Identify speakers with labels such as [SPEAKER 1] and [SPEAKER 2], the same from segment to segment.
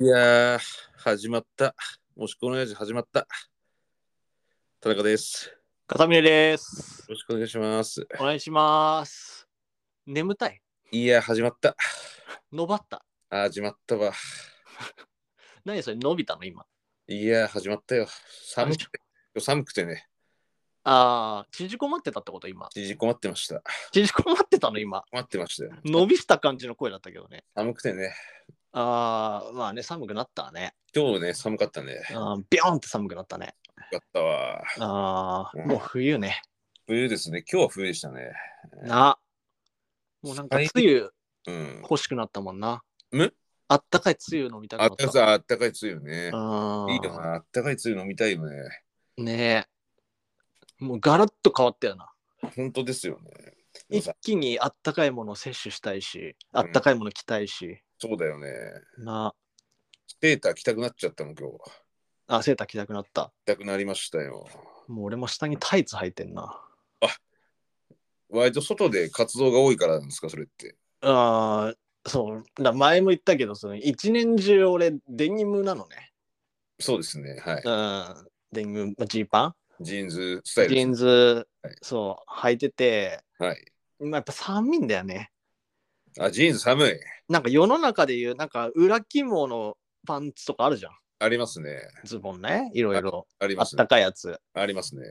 [SPEAKER 1] いやー、始まった。もしこのやじ始まった。田中です。よ
[SPEAKER 2] かさみねです。
[SPEAKER 1] ろしくお願いします。
[SPEAKER 2] お願いします。眠たい
[SPEAKER 1] いやー、始まった。
[SPEAKER 2] 伸ばった
[SPEAKER 1] あー、始まったわ。
[SPEAKER 2] 何それ伸びたの今。
[SPEAKER 1] いやー、始まったよ。寒くて、今日寒くてね、
[SPEAKER 2] ああ、縮こまってたってこと今。
[SPEAKER 1] 縮こまってました。
[SPEAKER 2] 縮こまってたの今。
[SPEAKER 1] 困ってましたよ。
[SPEAKER 2] 伸びした感じの声だったけどね。
[SPEAKER 1] 寒くてね、
[SPEAKER 2] ああ、まあね、寒くなったね。
[SPEAKER 1] 今日ね、寒かったね。よ
[SPEAKER 2] あービョーンって寒くなったね。
[SPEAKER 1] かったわ。
[SPEAKER 2] ああ、もう冬ね。
[SPEAKER 1] 冬ですね、今日は冬でしたね。
[SPEAKER 2] な。もうなんか梅雨
[SPEAKER 1] うん。
[SPEAKER 2] 欲しくなったもんな。
[SPEAKER 1] む
[SPEAKER 2] あったかい梅雨飲みたく
[SPEAKER 1] あ
[SPEAKER 2] な
[SPEAKER 1] っ
[SPEAKER 2] った
[SPEAKER 1] か
[SPEAKER 2] た。
[SPEAKER 1] さ、あったかいつよね。
[SPEAKER 2] あ
[SPEAKER 1] いいよな、あったかいつゆ飲みたいよね。
[SPEAKER 2] ねえ。もうガラッと変わったよな。
[SPEAKER 1] 本当ですよね。でも
[SPEAKER 2] 一
[SPEAKER 1] さ
[SPEAKER 2] 気にあったかいものを摂取したいし、あったかいもの着たいし、
[SPEAKER 1] そうだよね。
[SPEAKER 2] な
[SPEAKER 1] セーター着たくなっちゃったの、今日。
[SPEAKER 2] あ、セーター着たくなった。
[SPEAKER 1] たくなりましたよ。
[SPEAKER 2] もう俺も下にタイツ履いてんな。
[SPEAKER 1] 割と外で活動が多いからなんですか、それって。
[SPEAKER 2] ああ、そう、だ前も言ったけど、その一年中俺デニムなのね。
[SPEAKER 1] そうですね。はい。
[SPEAKER 2] うん、デニム、まあジーパ
[SPEAKER 1] ジーンズスタ
[SPEAKER 2] ン
[SPEAKER 1] イル
[SPEAKER 2] ジ
[SPEAKER 1] で
[SPEAKER 2] ーンズ
[SPEAKER 1] はい、
[SPEAKER 2] そう、履いてて、
[SPEAKER 1] す。はい。
[SPEAKER 2] まあ、やっぱ寒いんだよね。
[SPEAKER 1] あ、ジーンズ寒い。
[SPEAKER 2] なんか世の中でいう、なんか裏肝のパンツとかあるじゃん。
[SPEAKER 1] ありますね。
[SPEAKER 2] ズボンね、いろいろ。
[SPEAKER 1] あり
[SPEAKER 2] あ
[SPEAKER 1] ま
[SPEAKER 2] っ
[SPEAKER 1] すね
[SPEAKER 2] た。かいやつ、
[SPEAKER 1] ありますね。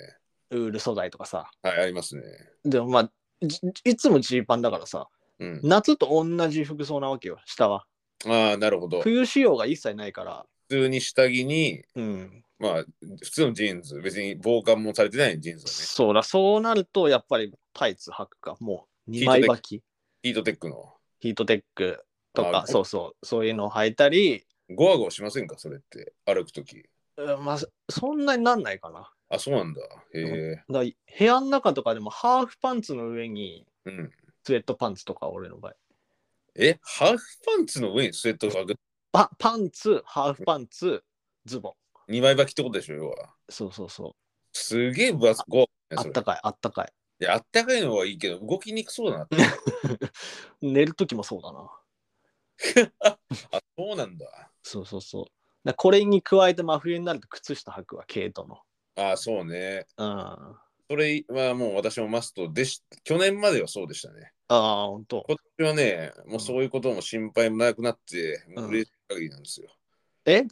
[SPEAKER 2] ウール素材とかさ。
[SPEAKER 1] はい、ありますね。
[SPEAKER 2] でもまあ、じいつもジーパンだからさ、
[SPEAKER 1] うん。
[SPEAKER 2] 夏と同じ服装なわけよ、下は。
[SPEAKER 1] ああ、なるほど。普
[SPEAKER 2] 冬仕様が一切ないから、
[SPEAKER 1] 通に下着に、
[SPEAKER 2] うん、
[SPEAKER 1] まあ、普通のジーンズ、別に防寒もされてないジーンズだね。
[SPEAKER 2] そうだ、そうなると、やっぱりタイツ履くか、もう
[SPEAKER 1] ヒー
[SPEAKER 2] 2
[SPEAKER 1] トテッ
[SPEAKER 2] 枚
[SPEAKER 1] ク
[SPEAKER 2] 履き、
[SPEAKER 1] ヒートテックの。
[SPEAKER 2] ヒートテックと
[SPEAKER 1] あ
[SPEAKER 2] か、そうそう、そういうのを履いたり、
[SPEAKER 1] ゴワゴワしませんか、それって。歩くとき。
[SPEAKER 2] うんまあ、そんなになんないかな。
[SPEAKER 1] あ、そうなんだ。へえ。
[SPEAKER 2] だから部屋の中とかでもハーフパンツの上に
[SPEAKER 1] うん。
[SPEAKER 2] スウェットパンツとか、俺の場合。
[SPEAKER 1] え、ハーフパンツの上にスウェットを履く
[SPEAKER 2] パパンツ、ハーフパンツ、ズボン。
[SPEAKER 1] 2枚履きってことでしょ、要は。
[SPEAKER 2] そうそうそ
[SPEAKER 1] すげえ分厚くゴワ
[SPEAKER 2] う。
[SPEAKER 1] ゴワねそ
[SPEAKER 2] あっ
[SPEAKER 1] れ
[SPEAKER 2] たかい、あったかい。
[SPEAKER 1] いや、あったかいのはいいけど、動きにくそうだなって。
[SPEAKER 2] 寝るときもそうだな。
[SPEAKER 1] あ、そうなんだ。
[SPEAKER 2] そうそうそう。だこれに加えて真冬になると靴下履くわ、毛糸の。
[SPEAKER 1] あ、そうね。
[SPEAKER 2] うん。あ
[SPEAKER 1] それはもう私もマストでし、去年まではそうでしたね。
[SPEAKER 2] あ、ほんと。
[SPEAKER 1] 今年はね、もうそういうことも心配もなくなって、もう嬉しい限りなんですよ。
[SPEAKER 2] え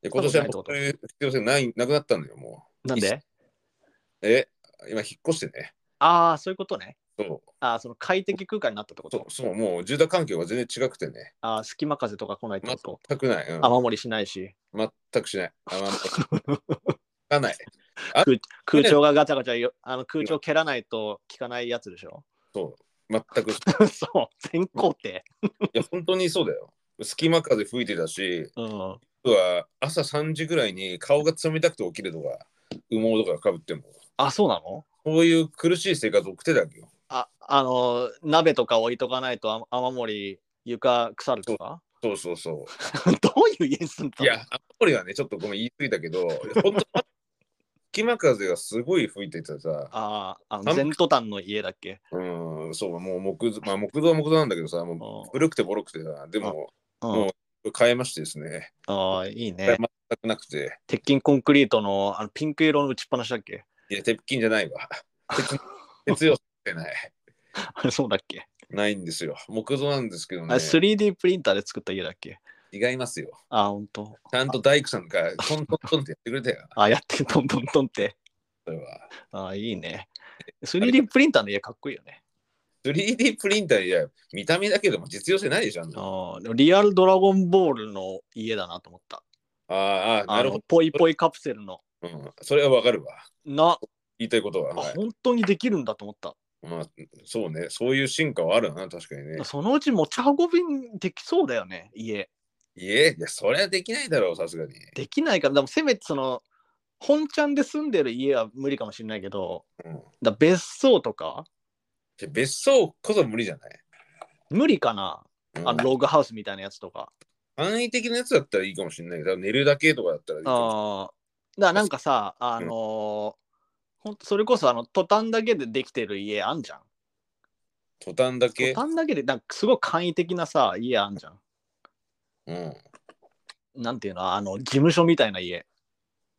[SPEAKER 1] で今年はもうそういう必要性ないなくなったのよ、も
[SPEAKER 2] なんで
[SPEAKER 1] う。え、今引っ越してね。
[SPEAKER 2] ああ、そういうことね。
[SPEAKER 1] そう、
[SPEAKER 2] ああ、その快適空間になったってこ
[SPEAKER 1] そ
[SPEAKER 2] と
[SPEAKER 1] う、そうもう住宅環境が全然違くてね。
[SPEAKER 2] ああ、隙間風とか来ないってこと
[SPEAKER 1] 全くない。うん
[SPEAKER 2] 雨漏りしないし、
[SPEAKER 1] 全くしない。あまあ まあない。
[SPEAKER 2] 空調がガチャガチャよ、あの空調蹴らないと効かないやつでしょ。
[SPEAKER 1] そう、全く。い
[SPEAKER 2] そう、全工程。
[SPEAKER 1] や、本当にそうだよ。隙間風吹いてたし、
[SPEAKER 2] うん。
[SPEAKER 1] 僕は朝3時ぐらいに顔が冷たくて起きるとか羽毛とかかぶっても
[SPEAKER 2] あ、そうなの
[SPEAKER 1] そういう苦しい生活を送ってたわけよ
[SPEAKER 2] あ、あの、鍋とか置いとかないとあ雨漏り、床腐るとか
[SPEAKER 1] そうそうそ
[SPEAKER 2] どういう家に住んだ
[SPEAKER 1] う
[SPEAKER 2] の
[SPEAKER 1] いやあのりはねちょっとごめん言い過ぎたけ ど本当隙間風がすごい吹いててさ
[SPEAKER 2] ああ、あ
[SPEAKER 1] 寒
[SPEAKER 2] の、
[SPEAKER 1] く
[SPEAKER 2] 全トタンの家だっけ。
[SPEAKER 1] うんそうもう木造まあ木造は木造なんだけどさも
[SPEAKER 2] うん
[SPEAKER 1] う古くてボロくてさでも
[SPEAKER 2] うん
[SPEAKER 1] も変えましてですね
[SPEAKER 2] ああ、いいね
[SPEAKER 1] 全。くなくて
[SPEAKER 2] 鉄筋コンクリートのあのピンク色の打ちっぱなしだっけ
[SPEAKER 1] いや鉄筋じゃないわ鉄鉄よってない
[SPEAKER 2] あれそうだっけ、
[SPEAKER 1] ないんですよ木造なんですけど
[SPEAKER 2] あ
[SPEAKER 1] ね
[SPEAKER 2] れ ?3D プリンターで作った家だっけ
[SPEAKER 1] 違いますよ
[SPEAKER 2] あ、ほんと。
[SPEAKER 1] ちゃんと大工さんがトントントンってやってくれたよ
[SPEAKER 2] あ、やって トントントンって。
[SPEAKER 1] それは。
[SPEAKER 2] あ、いいね。3D プリンターの家かっこいいよね。
[SPEAKER 1] 3D プリンターいや、見た目だけでも実用性ないでしょ。あんなの
[SPEAKER 2] あーでもリアルドラゴンボールの家だなと思った。
[SPEAKER 1] あーあー、
[SPEAKER 2] あ
[SPEAKER 1] なるほ
[SPEAKER 2] の、ぽいぽいカプセルの。
[SPEAKER 1] ど。うん、それはわかるわ。
[SPEAKER 2] な、
[SPEAKER 1] 言いたいことは。
[SPEAKER 2] あ
[SPEAKER 1] はい
[SPEAKER 2] 本当にできるんだと思った。
[SPEAKER 1] まあ、そうね。そういう進化はあるな、確かにね。
[SPEAKER 2] そのうち持ち運びできそうだよね、家。
[SPEAKER 1] いえ、いや、それはできないだろう、さすがに。
[SPEAKER 2] できないから、でもせめてその、本ちゃんで住んでる家は無理かもしれないけど、
[SPEAKER 1] うん
[SPEAKER 2] だ別荘とか
[SPEAKER 1] じゃ別荘こそ無理じゃない、
[SPEAKER 2] 無理かな
[SPEAKER 1] うん
[SPEAKER 2] あのログハウスみたいなやつとか。
[SPEAKER 1] 簡易的なやつだったらいいかもしれないけど、寝るだけとかだったらいいかも
[SPEAKER 2] あーだからなんかさ、あのーほんとそれこそあのトタンだけでできてる家あんじゃん。
[SPEAKER 1] 途端だ
[SPEAKER 2] ト
[SPEAKER 1] け。
[SPEAKER 2] タンだけでなんかすごい簡易的なさ家あんじゃん。
[SPEAKER 1] うん。
[SPEAKER 2] なんていうの、あの、事務所みたいな家。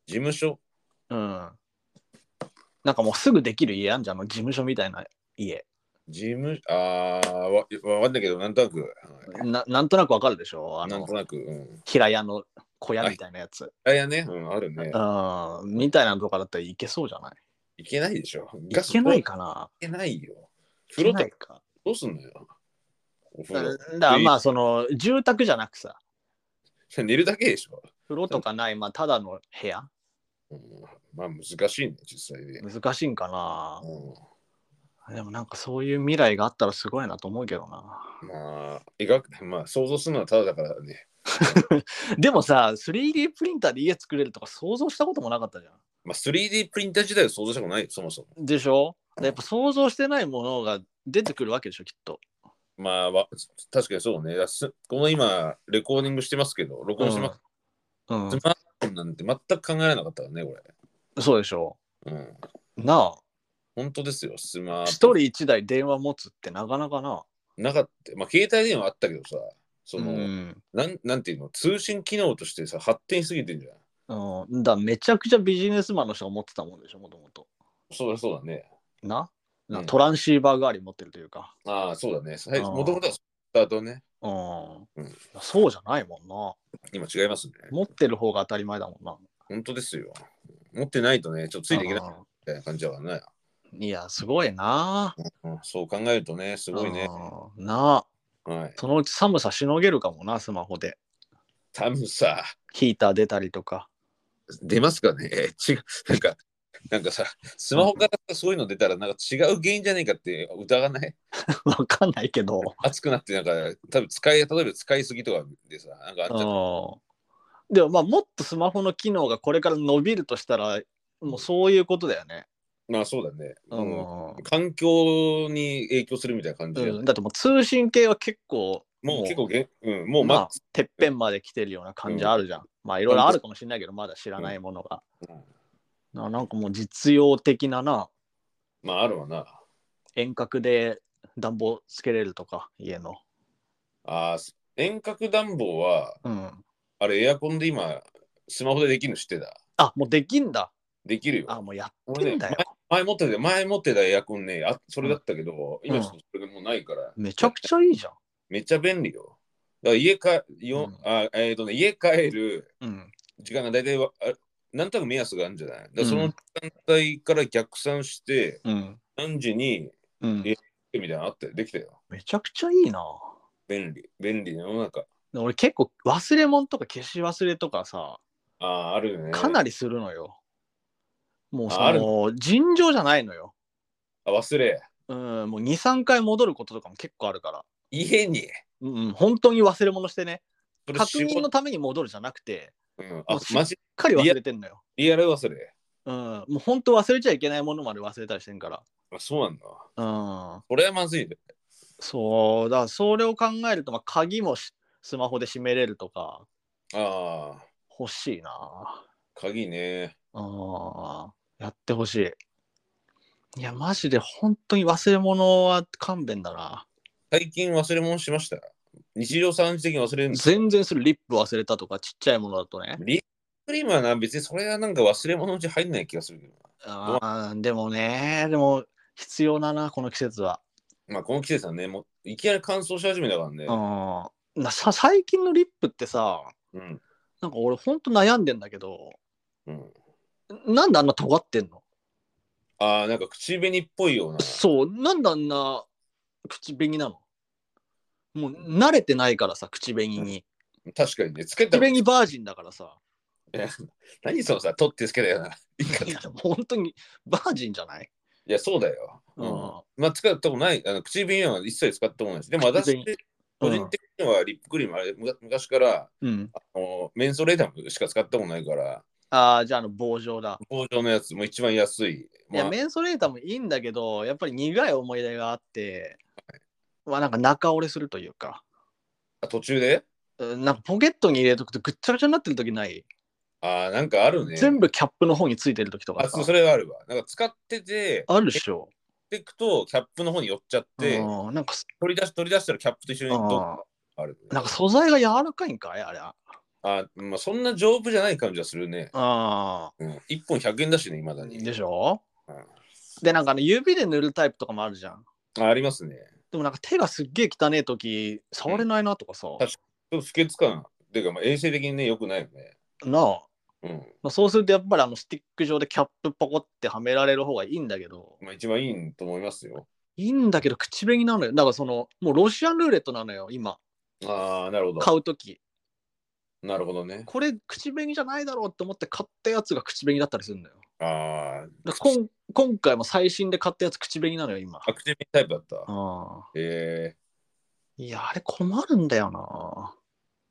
[SPEAKER 1] 事務所
[SPEAKER 2] うん。なんかもうすぐできる家あんじゃん、あの事務所みたいな家。
[SPEAKER 1] 事務あーわわかんないけど、なんとなく、はい
[SPEAKER 2] ななんとなくわかるでしょあ
[SPEAKER 1] な
[SPEAKER 2] の
[SPEAKER 1] んとなく、うん。
[SPEAKER 2] 平屋の小屋みたいなやつ。
[SPEAKER 1] あいやね、うん、あるね。
[SPEAKER 2] うん。みたいなのとかだったらいけそうじゃない
[SPEAKER 1] いけないでしょ。
[SPEAKER 2] いけないかない
[SPEAKER 1] けないよ。
[SPEAKER 2] い
[SPEAKER 1] 風
[SPEAKER 2] け
[SPEAKER 1] 呂
[SPEAKER 2] な
[SPEAKER 1] と
[SPEAKER 2] いか。
[SPEAKER 1] どうすんのよ。お風
[SPEAKER 2] だ
[SPEAKER 1] 呂
[SPEAKER 2] だからまあ、その、住宅じゃなくさ、
[SPEAKER 1] 寝るだけでしょ。
[SPEAKER 2] 風呂とかない、まあ、ただの部屋。
[SPEAKER 1] うん、まあ難しいね、実際で。
[SPEAKER 2] 難しいんかな
[SPEAKER 1] う
[SPEAKER 2] でもなんかそういう未来があったらすごいなと思うけどな。
[SPEAKER 1] ん、まあ、描く、まあ想像するのはただだからね。
[SPEAKER 2] でもさ、3D プリンターで家作れるとか想像したこともなかったじゃ
[SPEAKER 1] まあ 3D プリンター自体を想像したことないよ、そもそも。
[SPEAKER 2] ん。でしょやっぱ想像してないものが出てくるわけでしょ、きっと。
[SPEAKER 1] まあ、わ確かにそうね。だすこの今、レコーディングしてますけど、録音してます。
[SPEAKER 2] うん、
[SPEAKER 1] スマートフォンなんて全く考えられなかったからね、こ
[SPEAKER 2] そうでしょ
[SPEAKER 1] れ。うん。
[SPEAKER 2] な
[SPEAKER 1] 本当ですよ、スマ
[SPEAKER 2] あ、
[SPEAKER 1] ー
[SPEAKER 2] 一
[SPEAKER 1] ト
[SPEAKER 2] 人一台電話持つってなかなかな。
[SPEAKER 1] なかった。まあ、携帯電話あったけどさ、その、
[SPEAKER 2] うん。
[SPEAKER 1] なんなんていうの、通信機能としてさ、発展しすぎてんじゃん。
[SPEAKER 2] うん、だからめちゃくちゃビジネスマンの人が持ってたもんでしょ、もともと。
[SPEAKER 1] そうだそうだね。
[SPEAKER 2] なな
[SPEAKER 1] うん
[SPEAKER 2] トランシーバー代わり持ってるというか。
[SPEAKER 1] ああ、そうだね。
[SPEAKER 2] あー
[SPEAKER 1] もともとはスタートね。
[SPEAKER 2] うん。
[SPEAKER 1] うん
[SPEAKER 2] そうじゃないもんな。
[SPEAKER 1] 今違いますね。
[SPEAKER 2] 持ってる方が当たり前だもんな。
[SPEAKER 1] 本当ですよ。持ってないとね、ちょっとついていけない
[SPEAKER 2] うん
[SPEAKER 1] みたいな感じだからね。
[SPEAKER 2] いや、すごいな。
[SPEAKER 1] うん、そう考えるとね、す
[SPEAKER 2] す
[SPEAKER 1] ごいね。。
[SPEAKER 2] なあ、
[SPEAKER 1] はい。
[SPEAKER 2] そのうち寒さしのげるかもな、スマホで。
[SPEAKER 1] 多分さ、
[SPEAKER 2] ヒーター出たりとか。
[SPEAKER 1] 出ますかね違う。なんか、なんかさ、スマホからそういうの出たら、なんか違う原因じゃねえかって疑わない
[SPEAKER 2] わかんないけど。
[SPEAKER 1] 熱くなって、なんか、多分使い、例えば使いすぎとかでさ、なんかあん
[SPEAKER 2] う
[SPEAKER 1] じゃん
[SPEAKER 2] ん。でもまあ、もっとスマホの機能がこれから伸びるとしたら、もうそういうことだよね。
[SPEAKER 1] まあそうだね。
[SPEAKER 2] う
[SPEAKER 1] うん
[SPEAKER 2] ん。
[SPEAKER 1] 環境に影響するみたいな感じだよ
[SPEAKER 2] うん、
[SPEAKER 1] ね
[SPEAKER 2] だってもう通信系は結構、
[SPEAKER 1] もう結構
[SPEAKER 2] も
[SPEAKER 1] げ、うん、もう
[SPEAKER 2] う
[SPEAKER 1] マ
[SPEAKER 2] ま
[SPEAKER 1] ッ
[SPEAKER 2] あ
[SPEAKER 1] クス。、
[SPEAKER 2] てっぺんまで来てるような感じあるじゃん。まあ、いろいろあるかもしれないけど、まだ知らないものが。
[SPEAKER 1] うん
[SPEAKER 2] ななんかもう実用的なな、
[SPEAKER 1] まああるわな。
[SPEAKER 2] 遠隔で暖房つけれるとか、家の。
[SPEAKER 1] あー遠隔暖房は、
[SPEAKER 2] うん。
[SPEAKER 1] あれエアコンで今、スマホでできるの知ってた。
[SPEAKER 2] あ、もうできんだ。
[SPEAKER 1] できるよ。
[SPEAKER 2] あ、もうやって
[SPEAKER 1] 俺ね
[SPEAKER 2] んだよ。
[SPEAKER 1] 前持ってた前持ってたエアコンねあそれだったけど、
[SPEAKER 2] ん
[SPEAKER 1] 今ちょっとそれがもうないから、
[SPEAKER 2] めちゃくちゃいいじゃん。
[SPEAKER 1] めっちゃ便利よだから家かよ、
[SPEAKER 2] うん
[SPEAKER 1] あえーとね、家帰る
[SPEAKER 2] うん。
[SPEAKER 1] 時間が大体わあなんとなく目安があるんじゃないだからそうの
[SPEAKER 2] ん
[SPEAKER 1] 時間帯から逆算して、
[SPEAKER 2] うん。
[SPEAKER 1] 何時に
[SPEAKER 2] うん
[SPEAKER 1] え。みたいなのあってできたよ
[SPEAKER 2] めちゃくちゃいいな。
[SPEAKER 1] 便利便利な世の中
[SPEAKER 2] で俺結構忘れ物とか消し忘れとかさ、
[SPEAKER 1] あああるよね
[SPEAKER 2] かな
[SPEAKER 1] り
[SPEAKER 2] りするのよ。もう
[SPEAKER 1] ああ
[SPEAKER 2] そ
[SPEAKER 1] る
[SPEAKER 2] の、尋常じゃないのよ。
[SPEAKER 1] あ忘れ
[SPEAKER 2] うん、もう2、3回戻ることとかも結構あるから。
[SPEAKER 1] 家に
[SPEAKER 2] うんうん、本当に忘れ物してね。
[SPEAKER 1] それ
[SPEAKER 2] 確
[SPEAKER 1] 仕事
[SPEAKER 2] 認のために戻るじゃなくて、
[SPEAKER 1] うん、
[SPEAKER 2] も
[SPEAKER 1] あ
[SPEAKER 2] うし
[SPEAKER 1] マジ
[SPEAKER 2] しっかり忘れてんのよ。
[SPEAKER 1] リアル忘れ
[SPEAKER 2] うん、もう本当忘れちゃいけないものまで忘れたりしてんか
[SPEAKER 1] あそうなんだ
[SPEAKER 2] ら。うん。
[SPEAKER 1] これはまずいね
[SPEAKER 2] そう、だからそれを考えると、まあ、鍵もしスマホで閉めれるとか、
[SPEAKER 1] ああ
[SPEAKER 2] 欲しいな。
[SPEAKER 1] 鍵ね
[SPEAKER 2] うん。やってほしい。いや、マジで本当に忘れ物は勘弁だな。
[SPEAKER 1] 最近忘れ物しました日常産時的に忘れるんです
[SPEAKER 2] 全然するリップ忘れたとか、ちっちゃいものだとね。
[SPEAKER 1] リップクリームはな別にそれはなんか忘れ物のうち入んない気がするけど
[SPEAKER 2] あーでもね、でも必要だな、この季節は。
[SPEAKER 1] なまあこの季節はねもういきなり乾燥し始めたからね
[SPEAKER 2] うん。なさ最近のリップってさ、
[SPEAKER 1] うん
[SPEAKER 2] なんか俺ほんと悩んでんだけど、
[SPEAKER 1] うん
[SPEAKER 2] なんであんな尖ってんの
[SPEAKER 1] ああなんか口紅っぽいような
[SPEAKER 2] そう、なんであんな口紅なのもう慣れてないからさ、口紅に。
[SPEAKER 1] 確かにねつけた
[SPEAKER 2] 口紅バージンだからさ、
[SPEAKER 1] 何そのさ取ってつけたようない
[SPEAKER 2] や、本当にバージンじゃない
[SPEAKER 1] いやそうだよ、う
[SPEAKER 2] うんん。
[SPEAKER 1] まあ使ったことないあの口紅は一切使ったことないしでも私
[SPEAKER 2] 口紅
[SPEAKER 1] 個人的にはリップクリームあれむか昔から
[SPEAKER 2] うん。
[SPEAKER 1] あのメンソレータムしか使ったことないから
[SPEAKER 2] ああ、じゃああの棒状だ。
[SPEAKER 1] 工場のやつも一番安い、
[SPEAKER 2] い
[SPEAKER 1] まあ
[SPEAKER 2] や、メンソレータもいいんだけど、やっぱり苦い思い出があって、まあなんか中折れするというか、
[SPEAKER 1] 途中で
[SPEAKER 2] うんなんかポケットに入れとくとぐっちゃぐちゃになってる時ない、
[SPEAKER 1] ああ、なんかあるね。
[SPEAKER 2] 全部キャップの方についてる時とか
[SPEAKER 1] あ
[SPEAKER 2] さ
[SPEAKER 1] そう、それはあるわ。なんか使ってて、
[SPEAKER 2] あるでしょ。
[SPEAKER 1] っていくと、キャップの方に寄っちゃって、
[SPEAKER 2] うんなんかす
[SPEAKER 1] 取り出し、取り出したらキャップと一緒に
[SPEAKER 2] うん
[SPEAKER 1] どっかある、
[SPEAKER 2] なんか素材が柔らかいんかいあれ。
[SPEAKER 1] あ、まあ、そんな丈夫じゃない感じはするね。
[SPEAKER 2] あ
[SPEAKER 1] うん、1本100円だしね、いまだ
[SPEAKER 2] ー
[SPEAKER 1] に。
[SPEAKER 2] でしょ
[SPEAKER 1] うん
[SPEAKER 2] でなんかあの指で塗るタイプとかもあるじゃん
[SPEAKER 1] あありますね。
[SPEAKER 2] でもなんか手がすっげえ汚え時触れないなとかさ、
[SPEAKER 1] 確ちょっと不潔感。ていうか、まあ、衛生的にね、良くないよね。
[SPEAKER 2] なあ、
[SPEAKER 1] うん。
[SPEAKER 2] まあ、そうするとやっぱりあのスティック状でキャップポコってはめられる方がいいんだけど
[SPEAKER 1] まあ、一番いいと思いますよ。
[SPEAKER 2] いいんだけど口紅なのよだからそのもうロシアンルーレットなのよ今
[SPEAKER 1] ああ、なるほ
[SPEAKER 2] 買
[SPEAKER 1] ど。
[SPEAKER 2] う時
[SPEAKER 1] なるほどね。
[SPEAKER 2] これ口紅じゃないだろうって思って買ったやつが口紅だったりするんだよ
[SPEAKER 1] あー
[SPEAKER 2] だからこん今回も最新で買ったやつ口紅なのよ今
[SPEAKER 1] あ、口紅タイプだった。
[SPEAKER 2] あ
[SPEAKER 1] え
[SPEAKER 2] ーいやあれ困るんだよな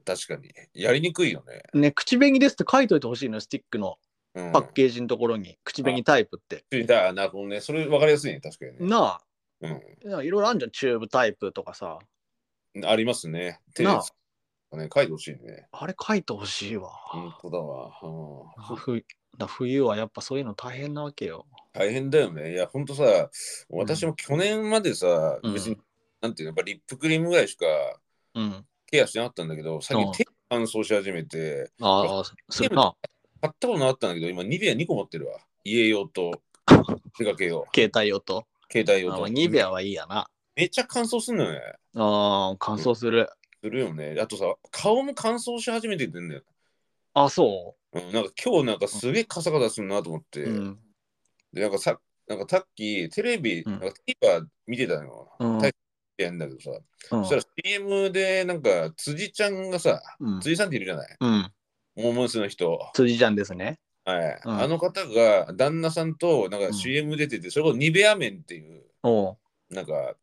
[SPEAKER 1] ー、確かに。やりにくいよね。
[SPEAKER 2] ね口紅ですって書いといてほしいのよスティックの
[SPEAKER 1] うん、
[SPEAKER 2] パッケージのところに、口紅タイプって
[SPEAKER 1] ージ。だなるほどね。それ分かりやすいね、確かにね。
[SPEAKER 2] なあ
[SPEAKER 1] うん
[SPEAKER 2] なんかいろいろあるじゃんチューブタイプとかさ
[SPEAKER 1] ありますね。手
[SPEAKER 2] な
[SPEAKER 1] ね、書いてほしいね。
[SPEAKER 2] あれ書いてほしいわ、
[SPEAKER 1] 本当だわ。うん
[SPEAKER 2] あふだ冬はやっぱそういうの大変なわけよ
[SPEAKER 1] 大変だよね。いや、本当さ、私も去年までさ、
[SPEAKER 2] うん
[SPEAKER 1] 別に、なんていうの、やっぱリップクリームぐらいしか
[SPEAKER 2] うん
[SPEAKER 1] ケアしてなかったんだけど、最
[SPEAKER 2] うん
[SPEAKER 1] 近手乾燥し始めて、
[SPEAKER 2] ああするな
[SPEAKER 1] 買ったことなかったんだけど、今、ニベア2個持ってるわ。家用と、手掛け用、
[SPEAKER 2] 携帯用と
[SPEAKER 1] 携帯
[SPEAKER 2] あ
[SPEAKER 1] 用
[SPEAKER 2] まあ
[SPEAKER 1] と。
[SPEAKER 2] ニベアはいいやな
[SPEAKER 1] めっちゃ乾燥するのよね。
[SPEAKER 2] あー乾燥する、
[SPEAKER 1] するよね。あとさ、顔も乾燥し始めててんだよ。
[SPEAKER 2] あそ
[SPEAKER 1] うん、なんか今日なんかすげえカサカサするなと思って。
[SPEAKER 2] ううん
[SPEAKER 1] で、なんかさ、なんかさっきテレビ、
[SPEAKER 2] うん
[SPEAKER 1] なんか TVer 見てたのよ。
[SPEAKER 2] うん
[SPEAKER 1] 大してやんだけどさ、
[SPEAKER 2] うん
[SPEAKER 1] そしたら CM でなんか辻ちゃんがさ、
[SPEAKER 2] うん
[SPEAKER 1] 辻さんっているじゃない
[SPEAKER 2] うん
[SPEAKER 1] モーモンスの人。
[SPEAKER 2] 辻ちゃんですね
[SPEAKER 1] はい。
[SPEAKER 2] うん
[SPEAKER 1] あの方が旦那さんとなん
[SPEAKER 2] うん
[SPEAKER 1] か CM 出てて、それこそニベアメンっていう、
[SPEAKER 2] おう
[SPEAKER 1] なんか、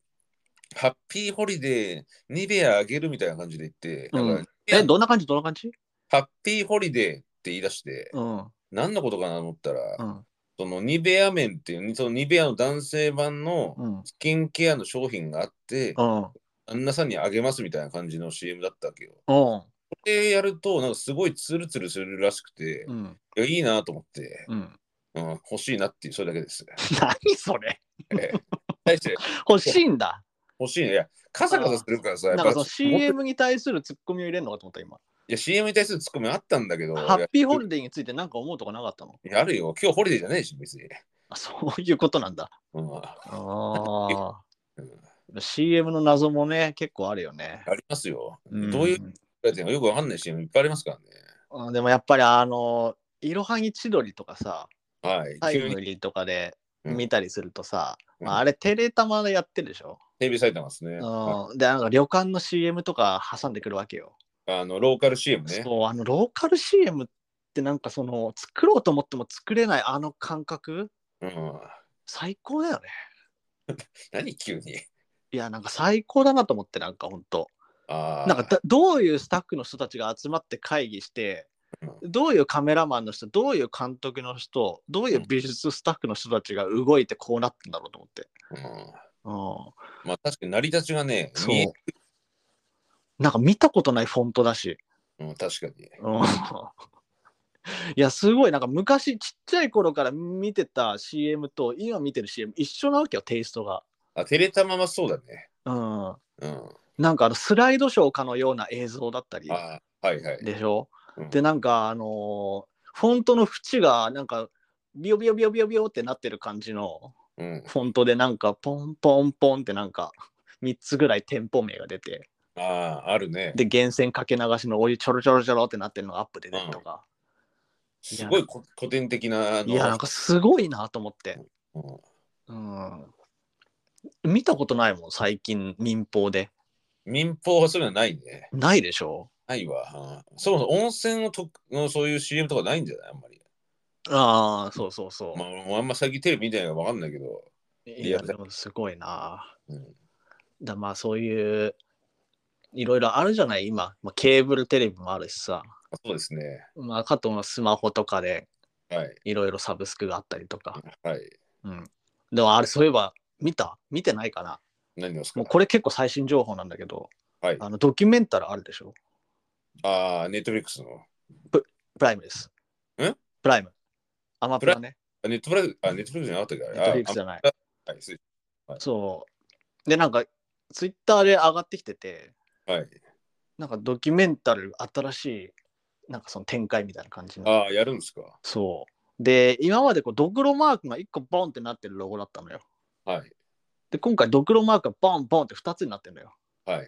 [SPEAKER 1] ハッピーホリデー、ニベアあげるみたいな感じで言って、
[SPEAKER 2] うん
[SPEAKER 1] なんか
[SPEAKER 2] えどんな感じどんな感じ
[SPEAKER 1] ハッピーホリデーって言い出して、
[SPEAKER 2] うん
[SPEAKER 1] 何のことかなと思ったら、
[SPEAKER 2] うん
[SPEAKER 1] そのニベアメンっていう、そのニベアの男性版の
[SPEAKER 2] うん
[SPEAKER 1] スキンケアの商品があって、
[SPEAKER 2] うん
[SPEAKER 1] 旦那さんにあげますみたいな感じの CM だったわけよ。
[SPEAKER 2] うん
[SPEAKER 1] これやると、なんかすごいツルツルするらしくて、
[SPEAKER 2] うん
[SPEAKER 1] いやいいなと思って、
[SPEAKER 2] うん
[SPEAKER 1] うん、欲しいなっていう、それだけです。
[SPEAKER 2] 何それ
[SPEAKER 1] ええ対して、
[SPEAKER 2] 欲しいんだ
[SPEAKER 1] 欲しいね。いや、カサカサするからさ、や
[SPEAKER 2] な
[SPEAKER 1] っ
[SPEAKER 2] ん
[SPEAKER 1] ぱ
[SPEAKER 2] かその CM に対するツッコミを入れるのかと思った今
[SPEAKER 1] いや CM に対するツッコミあったんだけど、
[SPEAKER 2] ハッピーホ
[SPEAKER 1] デ
[SPEAKER 2] リデーについて何か思うとかなかったの
[SPEAKER 1] ー。いやあるよ、今日ホリデーじゃないし、別に。
[SPEAKER 2] あそういうことなんだ
[SPEAKER 1] うん、
[SPEAKER 2] あ
[SPEAKER 1] うん
[SPEAKER 2] あ CM の謎もね結構あるよね
[SPEAKER 1] ありますよ。どういうやつやのかよくわかんない CM いっぱいありますからね。
[SPEAKER 2] うんでもやっぱりあのいろはぎ千鳥とかさ
[SPEAKER 1] はい。
[SPEAKER 2] タイ
[SPEAKER 1] 急
[SPEAKER 2] ム
[SPEAKER 1] に
[SPEAKER 2] リーとかで
[SPEAKER 1] うん
[SPEAKER 2] 見たりするとさ、
[SPEAKER 1] うん
[SPEAKER 2] まあ、あれテレタマでやってるでしょ、
[SPEAKER 1] テレビされてますね。あ
[SPEAKER 2] うん、でなんか旅館の CM とか挟んでくるわけよ、
[SPEAKER 1] の、ローカル CM ね。
[SPEAKER 2] そうあのローカル CM ってなんかその作ろうと思っても作れないあの感覚
[SPEAKER 1] うん、
[SPEAKER 2] 最高だよね
[SPEAKER 1] 何急に。
[SPEAKER 2] いやなんか最高だなと思ってなんかほんと
[SPEAKER 1] あー
[SPEAKER 2] なんかだどういうスタッフの人たちが集まって会議して、
[SPEAKER 1] う
[SPEAKER 2] どういうカメラマンの人どういう監督の人どういう美術スタッフの人たちが動いてこうなってんだろうと思って、
[SPEAKER 1] うん
[SPEAKER 2] う
[SPEAKER 1] まあ確かに成り立ちがね、
[SPEAKER 2] ん、そ
[SPEAKER 1] 見え
[SPEAKER 2] うなんか見たことないフォントだし、
[SPEAKER 1] うん、確かに。
[SPEAKER 2] うん いやすごいなんか昔ちっちゃい頃から見てた CM と今見てる CM 一緒なわけよテイストが、
[SPEAKER 1] あ、照れたままそうだね。
[SPEAKER 2] うん、
[SPEAKER 1] うん。
[SPEAKER 2] なんかあのスライドショーかのような映像だったり
[SPEAKER 1] あーはいはい。
[SPEAKER 2] でしょ、
[SPEAKER 1] うん
[SPEAKER 2] でなんかあのーフォントの縁がなんかビヨビヨビヨビヨビヨってなってる感じの
[SPEAKER 1] うん、
[SPEAKER 2] フォントでなんかポンポンポンってなんか3つぐらい店舗名が出て
[SPEAKER 1] ああ、あるね。
[SPEAKER 2] で源泉かけ流しのお湯ちょろちょろちょろってなってるのがアップで出るとか、
[SPEAKER 1] すごいこ古典的なあの
[SPEAKER 2] いやなんかすごいなと思って、
[SPEAKER 1] うん
[SPEAKER 2] うん、見たことないもん最近民放で
[SPEAKER 1] 民放はそういうのはないね。
[SPEAKER 2] ないでしょ
[SPEAKER 1] ないわ。うんそもそも温泉のとのそういう CM とかないんじゃないあんまり。
[SPEAKER 2] ああそうそうそう、
[SPEAKER 1] まあ、俺もあんま最近テレビ見てないからわかんないけど。
[SPEAKER 2] いやでもすごいな
[SPEAKER 1] うん
[SPEAKER 2] だまあそういういろいろあるじゃない今、まあ、ケーブルテレビもあるしさ、
[SPEAKER 1] あそうですね。
[SPEAKER 2] まあ、かともスマホとかで
[SPEAKER 1] はい。
[SPEAKER 2] いろいろサブスクがあったりとか、
[SPEAKER 1] はい。
[SPEAKER 2] うん、でもあれそういえば見た見てないかな
[SPEAKER 1] 何ですか
[SPEAKER 2] もうこれ結構最新情報なんだけど
[SPEAKER 1] はい。
[SPEAKER 2] あのドキュメンタルあるでしょ
[SPEAKER 1] ああ、ネットフリックスの。
[SPEAKER 2] プライムです
[SPEAKER 1] ん
[SPEAKER 2] プライムアマプラね
[SPEAKER 1] あネットフラック、あ、ネットフリックスじゃなかったっけ
[SPEAKER 2] ネ
[SPEAKER 1] あ
[SPEAKER 2] ットフリックス
[SPEAKER 1] あ
[SPEAKER 2] じゃない
[SPEAKER 1] あはい、す
[SPEAKER 2] そうでなんかツイッターで上がってきてて
[SPEAKER 1] はい。
[SPEAKER 2] なんかドキュメンタル新しいなんかその展開みたいな感じの。
[SPEAKER 1] ああ、やるんですか。
[SPEAKER 2] そう。で、今までこうドクロマークが1個ボンってなってるロゴだったのよ。
[SPEAKER 1] はい。
[SPEAKER 2] で、今回ドクロマークがボンボンって2つになってるのよ。
[SPEAKER 1] はい。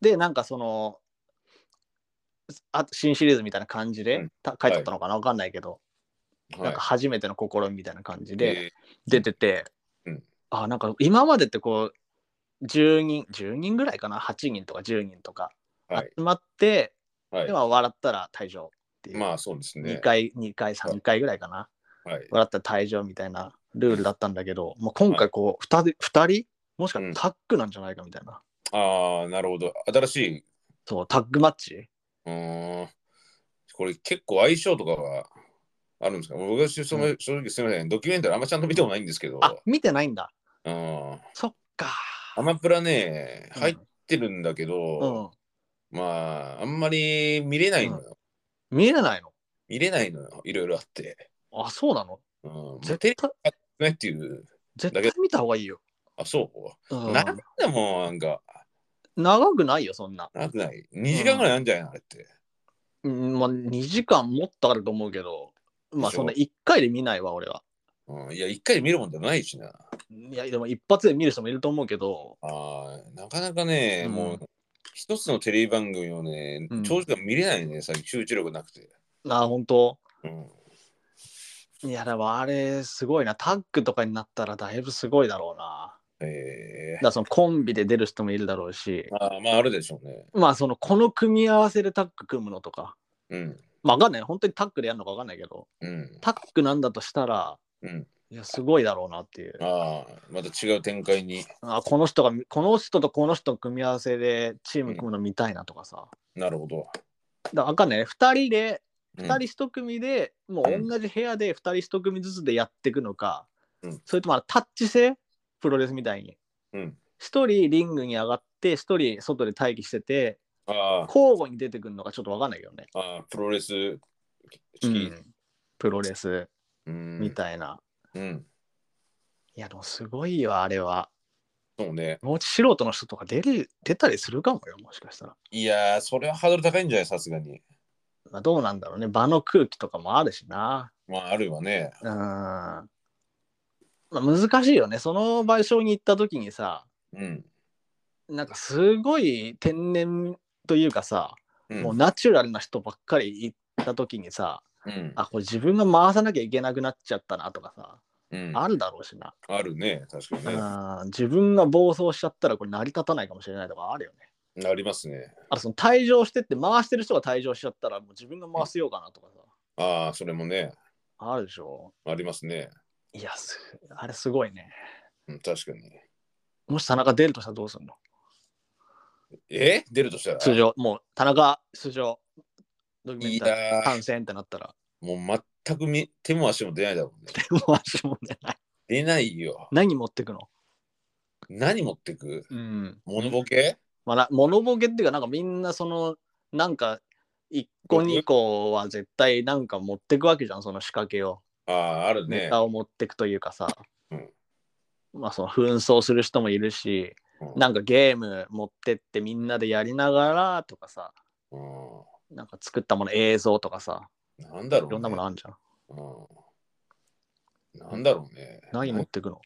[SPEAKER 2] で、なんかその、あ新シリーズみたいな感じ
[SPEAKER 1] う
[SPEAKER 2] で
[SPEAKER 1] ん
[SPEAKER 2] た書いてあったのかなわかんないけど、
[SPEAKER 1] は
[SPEAKER 2] なん
[SPEAKER 1] い
[SPEAKER 2] か。初めての試みみたいな感じで
[SPEAKER 1] え
[SPEAKER 2] 出てて、
[SPEAKER 1] うん
[SPEAKER 2] あ、なんか今までってこう、10人、10人ぐらいかな ?8 人とか10人とか
[SPEAKER 1] ーはい。
[SPEAKER 2] 集まって、
[SPEAKER 1] はい
[SPEAKER 2] で。は笑ったら退場っていう。
[SPEAKER 1] まあ、そうですね
[SPEAKER 2] 2。回、2回、
[SPEAKER 1] はい
[SPEAKER 2] 3回ぐらいかな。
[SPEAKER 1] はい。
[SPEAKER 2] 笑ったら退場みたいなルールだったんだけど、まあ、今回こう2人、二人もしかしたらタッグなんじゃないかみたいな。
[SPEAKER 1] ああ、なるほど。新しい。
[SPEAKER 2] そう、タッグマッチ
[SPEAKER 1] うーん。これ結構相性とかはあるんですか僕はその
[SPEAKER 2] う
[SPEAKER 1] 正直すみません。ドキュメンタリーあんまちゃんと見てもないんですけど。
[SPEAKER 2] あ、見てないんだ。
[SPEAKER 1] うん。
[SPEAKER 2] そっか。
[SPEAKER 1] アマプラね、入っ
[SPEAKER 2] うん
[SPEAKER 1] てるんだけ
[SPEAKER 2] う
[SPEAKER 1] ど、
[SPEAKER 2] ん。
[SPEAKER 1] まあ、あんまり見れないのよ。
[SPEAKER 2] 見えないの
[SPEAKER 1] 見れないのよ。いろいろあって。
[SPEAKER 2] あ、そうなの
[SPEAKER 1] うん。もう
[SPEAKER 2] 絶
[SPEAKER 1] テレビ
[SPEAKER 2] 対、
[SPEAKER 1] ないっていう。
[SPEAKER 2] 絶
[SPEAKER 1] だ
[SPEAKER 2] 対
[SPEAKER 1] け
[SPEAKER 2] 見た方がいいよ。
[SPEAKER 1] あ、そう。
[SPEAKER 2] うん
[SPEAKER 1] なんだもうなんか、
[SPEAKER 2] 長くないよ、そんな。
[SPEAKER 1] なくない。2時間ぐらいなんじゃないのあれって。
[SPEAKER 2] うん、まあ、2時間もっとあると思うけど、まあ、
[SPEAKER 1] そう
[SPEAKER 2] そんな1回で見ないわ、俺は。
[SPEAKER 1] うん、いや、1回で見るもんでもないしな。
[SPEAKER 2] いや、でも一発で見る人もいると思うけど、
[SPEAKER 1] あーなかなかね、
[SPEAKER 2] うん
[SPEAKER 1] もう、一つのテレビ番組をね
[SPEAKER 2] うん、
[SPEAKER 1] 長時間見れないね、最近集中力なくて。
[SPEAKER 2] あ、本当
[SPEAKER 1] うん、
[SPEAKER 2] いや、でもあれ、すごいな。タッグとかになったら、だいぶすごいだろうな。
[SPEAKER 1] え
[SPEAKER 2] だからそのコンビで出る人もいるだろうし
[SPEAKER 1] ー、、まあ、まあ、あるでしょうね。
[SPEAKER 2] まあ、その、この組み合わせでタッグ組むのとか、
[SPEAKER 1] うん、
[SPEAKER 2] まあ、わかんない。本当にタッグでやるのかわかんないけど、
[SPEAKER 1] うん、
[SPEAKER 2] タッグなんだとしたら、
[SPEAKER 1] うん。
[SPEAKER 2] いや、すごいだろうなっていう。
[SPEAKER 1] ああ、また違う展開に。
[SPEAKER 2] あこの人が、この人とこの人の組み合わせでチーム組むの見たいなとかさ。
[SPEAKER 1] なるほど。
[SPEAKER 2] だからわかんないね。2人で、
[SPEAKER 1] うん
[SPEAKER 2] 2人1組で、もう同じ部屋で2人1組ずつでやっていくのか、
[SPEAKER 1] うん
[SPEAKER 2] それともあのタッチ制プロレスみたいに。
[SPEAKER 1] うん。
[SPEAKER 2] 1人リングに上がって、1人外で待機してて、
[SPEAKER 1] あー
[SPEAKER 2] 交互に出てくるのかちょっとわかんないけどね。
[SPEAKER 1] あー、プロレス
[SPEAKER 2] う
[SPEAKER 1] 式。
[SPEAKER 2] んプロレス
[SPEAKER 1] うん
[SPEAKER 2] みたいな。
[SPEAKER 1] うん。
[SPEAKER 2] いや、でもすごいよ、あれは。
[SPEAKER 1] そうね。
[SPEAKER 2] もう素人の人とか出る出たりするかもよ、もしかしたら。
[SPEAKER 1] いやー、それはハードル高いんじゃないさすがに。
[SPEAKER 2] まあ、どうなんだろうね。場の空気とかもあるしな。
[SPEAKER 1] まあ、あるわね。
[SPEAKER 2] うん。まあ、難しいよね。その場所に行った時にさ、
[SPEAKER 1] うん。
[SPEAKER 2] なんかすごい天然というかさ、
[SPEAKER 1] うん
[SPEAKER 2] もうナチュラルな人ばっかり行った時にさ、
[SPEAKER 1] うん
[SPEAKER 2] あ、これ自分が回さなきゃいけなくなっちゃったなとかさ、
[SPEAKER 1] うん、
[SPEAKER 2] あるだろうしな。
[SPEAKER 1] あるね、確かにね。
[SPEAKER 2] うん。自分が暴走しちゃったらこれ成り立たないかもしれないとかあるよね。
[SPEAKER 1] ありますね。
[SPEAKER 2] あとその退場してって回してる人が退場しちゃったらもう自分が回せようかなとかさ、
[SPEAKER 1] ああ、それもね、
[SPEAKER 2] あるでしょ
[SPEAKER 1] ありますね。
[SPEAKER 2] いやすあれすごいね
[SPEAKER 1] うん、確かに。
[SPEAKER 2] もし田中出るとしたらどうするの
[SPEAKER 1] え出るとしたら
[SPEAKER 2] 通常もう田中出場ドキュメン
[SPEAKER 1] い
[SPEAKER 2] タリー
[SPEAKER 1] やー
[SPEAKER 2] 参戦ってなったら
[SPEAKER 1] もう全くみ手も足も出ないだろうね。
[SPEAKER 2] もう足も出ない
[SPEAKER 1] 出ないよ。
[SPEAKER 2] 何持ってくの
[SPEAKER 1] 何持ってく
[SPEAKER 2] うん
[SPEAKER 1] モノボケ
[SPEAKER 2] まあなモノボケっていうかなんかみんなそのなんか1個
[SPEAKER 1] うん
[SPEAKER 2] 2個は絶対なんか持ってくわけじゃんその仕掛けを
[SPEAKER 1] ああ、ある
[SPEAKER 2] ネ
[SPEAKER 1] ね。
[SPEAKER 2] タを持ってくというかさ、
[SPEAKER 1] うん
[SPEAKER 2] まあその紛争する人もいるし、
[SPEAKER 1] うん
[SPEAKER 2] なんかゲーム持ってってみんなでやりながらとかさ
[SPEAKER 1] うん
[SPEAKER 2] なんか作ったもの映像とかさ
[SPEAKER 1] なんだろう、ね。
[SPEAKER 2] いろんなものあるじゃん、
[SPEAKER 1] うんなんだろうね。
[SPEAKER 2] 何持ってくの、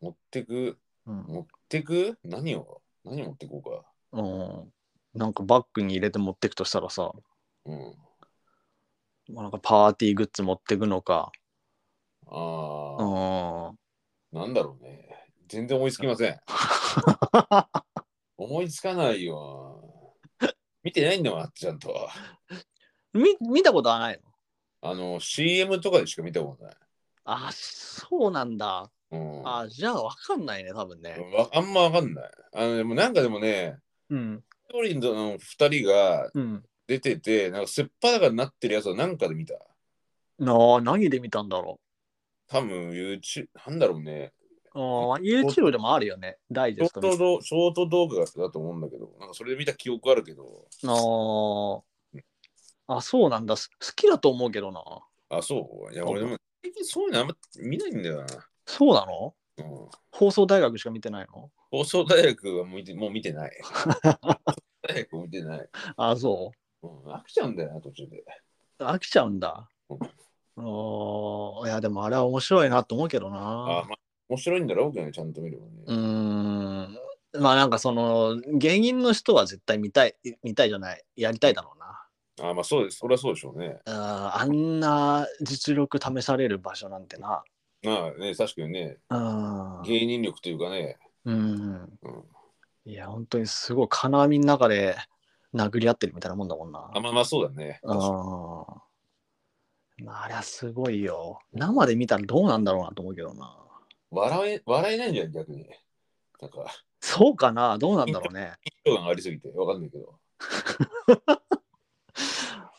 [SPEAKER 1] 持ってく
[SPEAKER 2] うん
[SPEAKER 1] 持ってく何を何持ってこうか。
[SPEAKER 2] うんなんかバッグに入れて持ってくとしたらさ、
[SPEAKER 1] うん。
[SPEAKER 2] まあ、なんかパーティーグッズ持ってくのか、
[SPEAKER 1] あ
[SPEAKER 2] う
[SPEAKER 1] あ、
[SPEAKER 2] ん、
[SPEAKER 1] なんだろうね。全然思いつきません。思いつかないよ。見てないんだわ、ちゃんと。
[SPEAKER 2] み見たことはないの
[SPEAKER 1] あの、CM とかでしか見たことない。
[SPEAKER 2] あそうなんだ
[SPEAKER 1] うん、
[SPEAKER 2] あ
[SPEAKER 1] あ
[SPEAKER 2] じゃあわかんないね多分ね
[SPEAKER 1] あんまわかんない。あの、でもなんかでもね、
[SPEAKER 2] うん
[SPEAKER 1] 一人の二人が
[SPEAKER 2] うん
[SPEAKER 1] 出てて、なんかすっぱだかになってるやつをなんかで見た。
[SPEAKER 2] なあ何で見たんだろう
[SPEAKER 1] 多分 YouTube、なんだろうね。
[SPEAKER 2] ああ、YouTube でもあるよね。ダイ
[SPEAKER 1] シ
[SPEAKER 2] ジ
[SPEAKER 1] ョ
[SPEAKER 2] ェ
[SPEAKER 1] ー
[SPEAKER 2] ストみた
[SPEAKER 1] ト
[SPEAKER 2] いな。
[SPEAKER 1] 動ショート動画だと思うんだけど、なんかそれで見た記憶あるけど、
[SPEAKER 2] あーあ、そうなんだ。す好きだと思うけどな。
[SPEAKER 1] あ、そう。いや、
[SPEAKER 2] そう
[SPEAKER 1] 俺でも、最近そういうのあんま見ないんだよな。
[SPEAKER 2] そうなの
[SPEAKER 1] うん、
[SPEAKER 2] 放送大学しか見てないの
[SPEAKER 1] 放送大学はもう見てもう見てない。放送大学も見てない。
[SPEAKER 2] ああ、そう。
[SPEAKER 1] うん、飽きちゃうんだよな、途中で。
[SPEAKER 2] 飽きちゃうんだ
[SPEAKER 1] うん。
[SPEAKER 2] おーいやでもあれは面白いなと思うけど
[SPEAKER 1] あ
[SPEAKER 2] な。
[SPEAKER 1] まあ、面白いんだろうけどね、ちゃんと見ればね。
[SPEAKER 2] うーん。まあなんかその芸人の人は絶対見たい見たいじゃないやりたいだろうな。
[SPEAKER 1] あまあ、そうです。それはそうでしょうね。
[SPEAKER 2] あーあんな実力試される場所なんてな。
[SPEAKER 1] まあね、確かにね、
[SPEAKER 2] うん。
[SPEAKER 1] 芸人力というかね、
[SPEAKER 2] うん
[SPEAKER 1] うん
[SPEAKER 2] いや本当にすごい金網の中で殴り合ってるみたいなもんだもんな。
[SPEAKER 1] あまあまあそうだね。
[SPEAKER 2] うんまああれはすごいよ。生で見たらどうなんだろうなと思うけどな。
[SPEAKER 1] 笑え、笑えないんじゃん、逆に。なんか、
[SPEAKER 2] そうかなどうなんだろうね。
[SPEAKER 1] 緊張感がありすぎて、わかんないけど。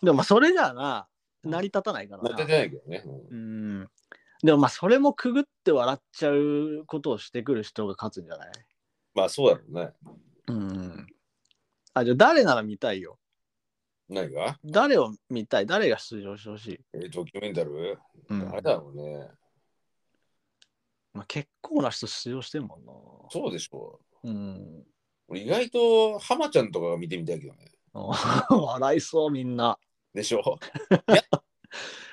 [SPEAKER 2] でもまあそれじゃあな、成り立たないから
[SPEAKER 1] な
[SPEAKER 2] な。
[SPEAKER 1] ってないけどね。うん
[SPEAKER 2] うん。でもまあそれもくぐって笑っちゃうことをしてくる人が勝つんじゃない
[SPEAKER 1] まあそうだろうね。
[SPEAKER 2] うん。あ、じゃあ誰なら見たいよ。
[SPEAKER 1] 何が
[SPEAKER 2] 誰を見たい誰が出場してほしい、
[SPEAKER 1] えドキュメンタル、
[SPEAKER 2] うん
[SPEAKER 1] あれだろうね。
[SPEAKER 2] まあ、結構な人出場してるも
[SPEAKER 1] そうでしょう。
[SPEAKER 2] んな。うん。
[SPEAKER 1] 俺意外と浜ちゃんとかが見てみたいけどね。
[SPEAKER 2] 笑いそうみんな。
[SPEAKER 1] でしょ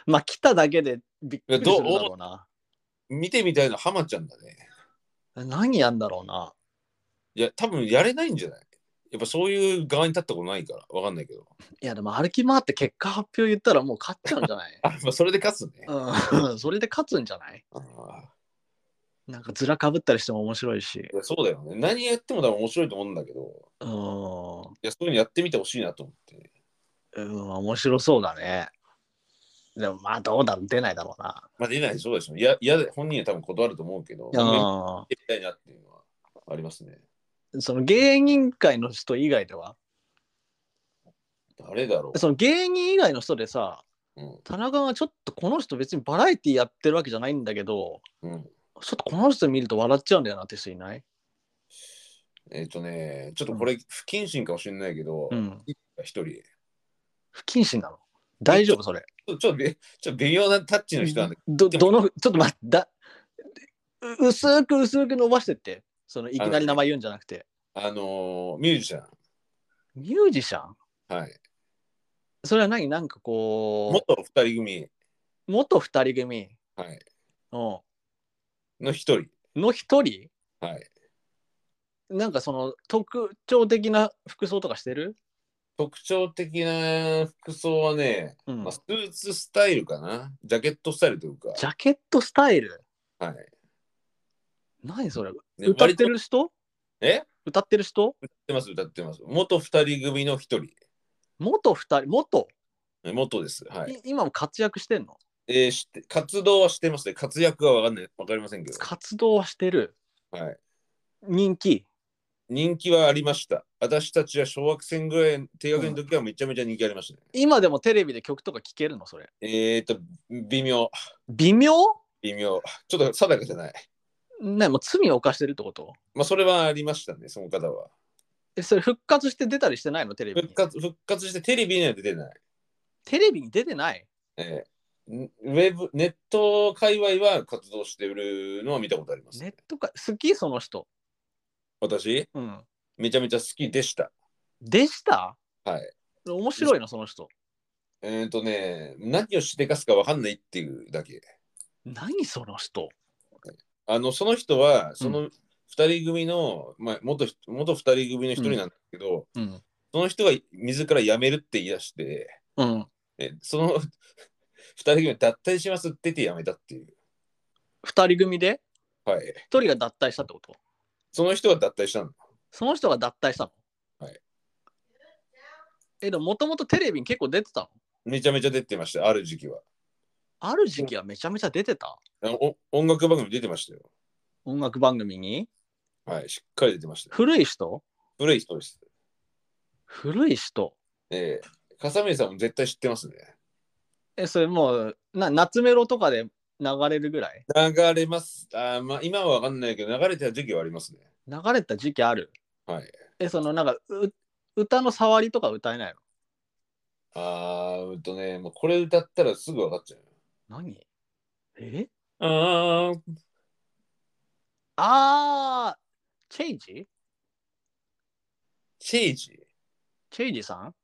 [SPEAKER 2] まあ来ただけでびっくりするだろうな。
[SPEAKER 1] 見てみたいのは浜ちゃんだね。
[SPEAKER 2] 何やんだろうな。
[SPEAKER 1] いや、多分やれないんじゃないやっぱそういう側に立ったことないから、わかんないけど。
[SPEAKER 2] いやでも歩き回って結果発表言ったらもう勝っちゃうんじゃない
[SPEAKER 1] あ、まあ、それで勝つね。
[SPEAKER 2] うん、 それで勝つんじゃない
[SPEAKER 1] ああ
[SPEAKER 2] なんかずらかぶったりしても面白いし
[SPEAKER 1] い。やそうだよね。何やっても多分面白いと思うんだけど、
[SPEAKER 2] うん、うん
[SPEAKER 1] いや、そういうのやってみてほしいなと思って。
[SPEAKER 2] 面白そうだね。でもまあどうだろう、出ないだろうな。
[SPEAKER 1] まあ、出ない、そうでしょ。いや、いやで本人は多分断ると思うけど、見
[SPEAKER 2] う
[SPEAKER 1] てみたいなっていうのはありますね。
[SPEAKER 2] ん、その芸人界の人以外では
[SPEAKER 1] 誰だろ
[SPEAKER 2] その芸人以外の人でさ、
[SPEAKER 1] う。うん。
[SPEAKER 2] 田中はちょっとこの人別にバラエティやってるわけじゃないんだけど、
[SPEAKER 1] うん、
[SPEAKER 2] ちょっとこの人見ると笑っちゃうんだよなって人いない
[SPEAKER 1] えっ、とね、ちょっとこれ不謹慎かもしれないけど、
[SPEAKER 2] うん。
[SPEAKER 1] 一、人。
[SPEAKER 2] 不謹慎なの大丈夫それ。
[SPEAKER 1] ちょっとべちょっと微妙なタッチの人なんだけ
[SPEAKER 2] ど、どの、ちょっと待って、だう薄く薄く伸ばしてって、そのいきなり名前言うんじゃなくて。
[SPEAKER 1] ど、あのーミュージシャン。
[SPEAKER 2] ミュージシャン
[SPEAKER 1] はい。
[SPEAKER 2] それは何なんかこ
[SPEAKER 1] 元二人組。
[SPEAKER 2] う、元二人組
[SPEAKER 1] はい。
[SPEAKER 2] うん
[SPEAKER 1] の一人。
[SPEAKER 2] の一人
[SPEAKER 1] はい。
[SPEAKER 2] なんかその特徴的な服装とかしてる
[SPEAKER 1] 特徴的な服装はね、
[SPEAKER 2] うん
[SPEAKER 1] まあ、スーツスタイルかな。ジャケットスタイルというか。
[SPEAKER 2] ジャケットスタイル
[SPEAKER 1] はい。
[SPEAKER 2] 何それ
[SPEAKER 1] ね
[SPEAKER 2] 歌って
[SPEAKER 1] 割
[SPEAKER 2] る人
[SPEAKER 1] とえ
[SPEAKER 2] 歌ってる人
[SPEAKER 1] 歌ってます、歌ってます。元二人組の一人。
[SPEAKER 2] 元二人元、
[SPEAKER 1] え元です。はい。
[SPEAKER 2] い今も活躍してんの
[SPEAKER 1] えーして活動はしてますね。活躍はわかんない。わかりませんけど。
[SPEAKER 2] 活動はしてる
[SPEAKER 1] はい。
[SPEAKER 2] 人気
[SPEAKER 1] 人気はありました。私たちは小学生ぐらい、低学年の時はめちゃめちゃ人気ありましたね。
[SPEAKER 2] 今でもテレビで曲とか聴けるのそれ
[SPEAKER 1] えーと、微妙。
[SPEAKER 2] 微妙
[SPEAKER 1] 微妙。ちょっと定かじゃない。
[SPEAKER 2] ねもう罪を犯してるってこと
[SPEAKER 1] まあ、それはありましたね、その方は。
[SPEAKER 2] えそれ復活して出たりしてないのテレビ
[SPEAKER 1] 復
[SPEAKER 2] に
[SPEAKER 1] 活復活してテレビには出てない。
[SPEAKER 2] テレビに出てない
[SPEAKER 1] えーんウェブ、ネット界隈は活動してるのは見たことあります。
[SPEAKER 2] ネットか好きその人
[SPEAKER 1] 私、
[SPEAKER 2] うん
[SPEAKER 1] めちゃめちゃ好きでした。
[SPEAKER 2] でした
[SPEAKER 1] はい
[SPEAKER 2] 面白いのその人
[SPEAKER 1] えっ、ー、とね、何をしてかすかわかんないっていうだけ。
[SPEAKER 2] 何その人
[SPEAKER 1] あの、その人は、その二人組の、まあ、元ひ元二人組の一人なんだけど、
[SPEAKER 2] うん
[SPEAKER 1] その人が自ら辞めるって言い出して、
[SPEAKER 2] うん
[SPEAKER 1] えその 二人組が脱退しますって言って辞めたっていう。
[SPEAKER 2] 二人組で
[SPEAKER 1] はい。
[SPEAKER 2] 一人が脱退したってこと
[SPEAKER 1] その人が脱退したの。
[SPEAKER 2] その人が脱退したの
[SPEAKER 1] はい
[SPEAKER 2] えでももともとテレビに結構出てたの
[SPEAKER 1] めちゃめちゃ出てました、ある時期は。
[SPEAKER 2] ある時期はめちゃめちゃ出てた
[SPEAKER 1] あのお音楽番組出てましたよ。
[SPEAKER 2] 音楽番組に
[SPEAKER 1] はい、しっかり出てました。
[SPEAKER 2] 古い人
[SPEAKER 1] 古い人です。
[SPEAKER 2] 古い人
[SPEAKER 1] ええ笠宮さんも絶対知ってますね。
[SPEAKER 2] えそれもうな夏メロとかで流れるぐらい
[SPEAKER 1] 流れます。あーまあ、今はわかんないけど、流れてた時期はありますね。
[SPEAKER 2] 流れた時期ある
[SPEAKER 1] はい。
[SPEAKER 2] えそのなんかう歌の触りとか歌えない
[SPEAKER 1] あーうんとね、もうこれ歌ったらすぐ分かっちゃう。
[SPEAKER 2] の何え
[SPEAKER 1] あー
[SPEAKER 2] あーチェイジ
[SPEAKER 1] チェイジ
[SPEAKER 2] チェイジさん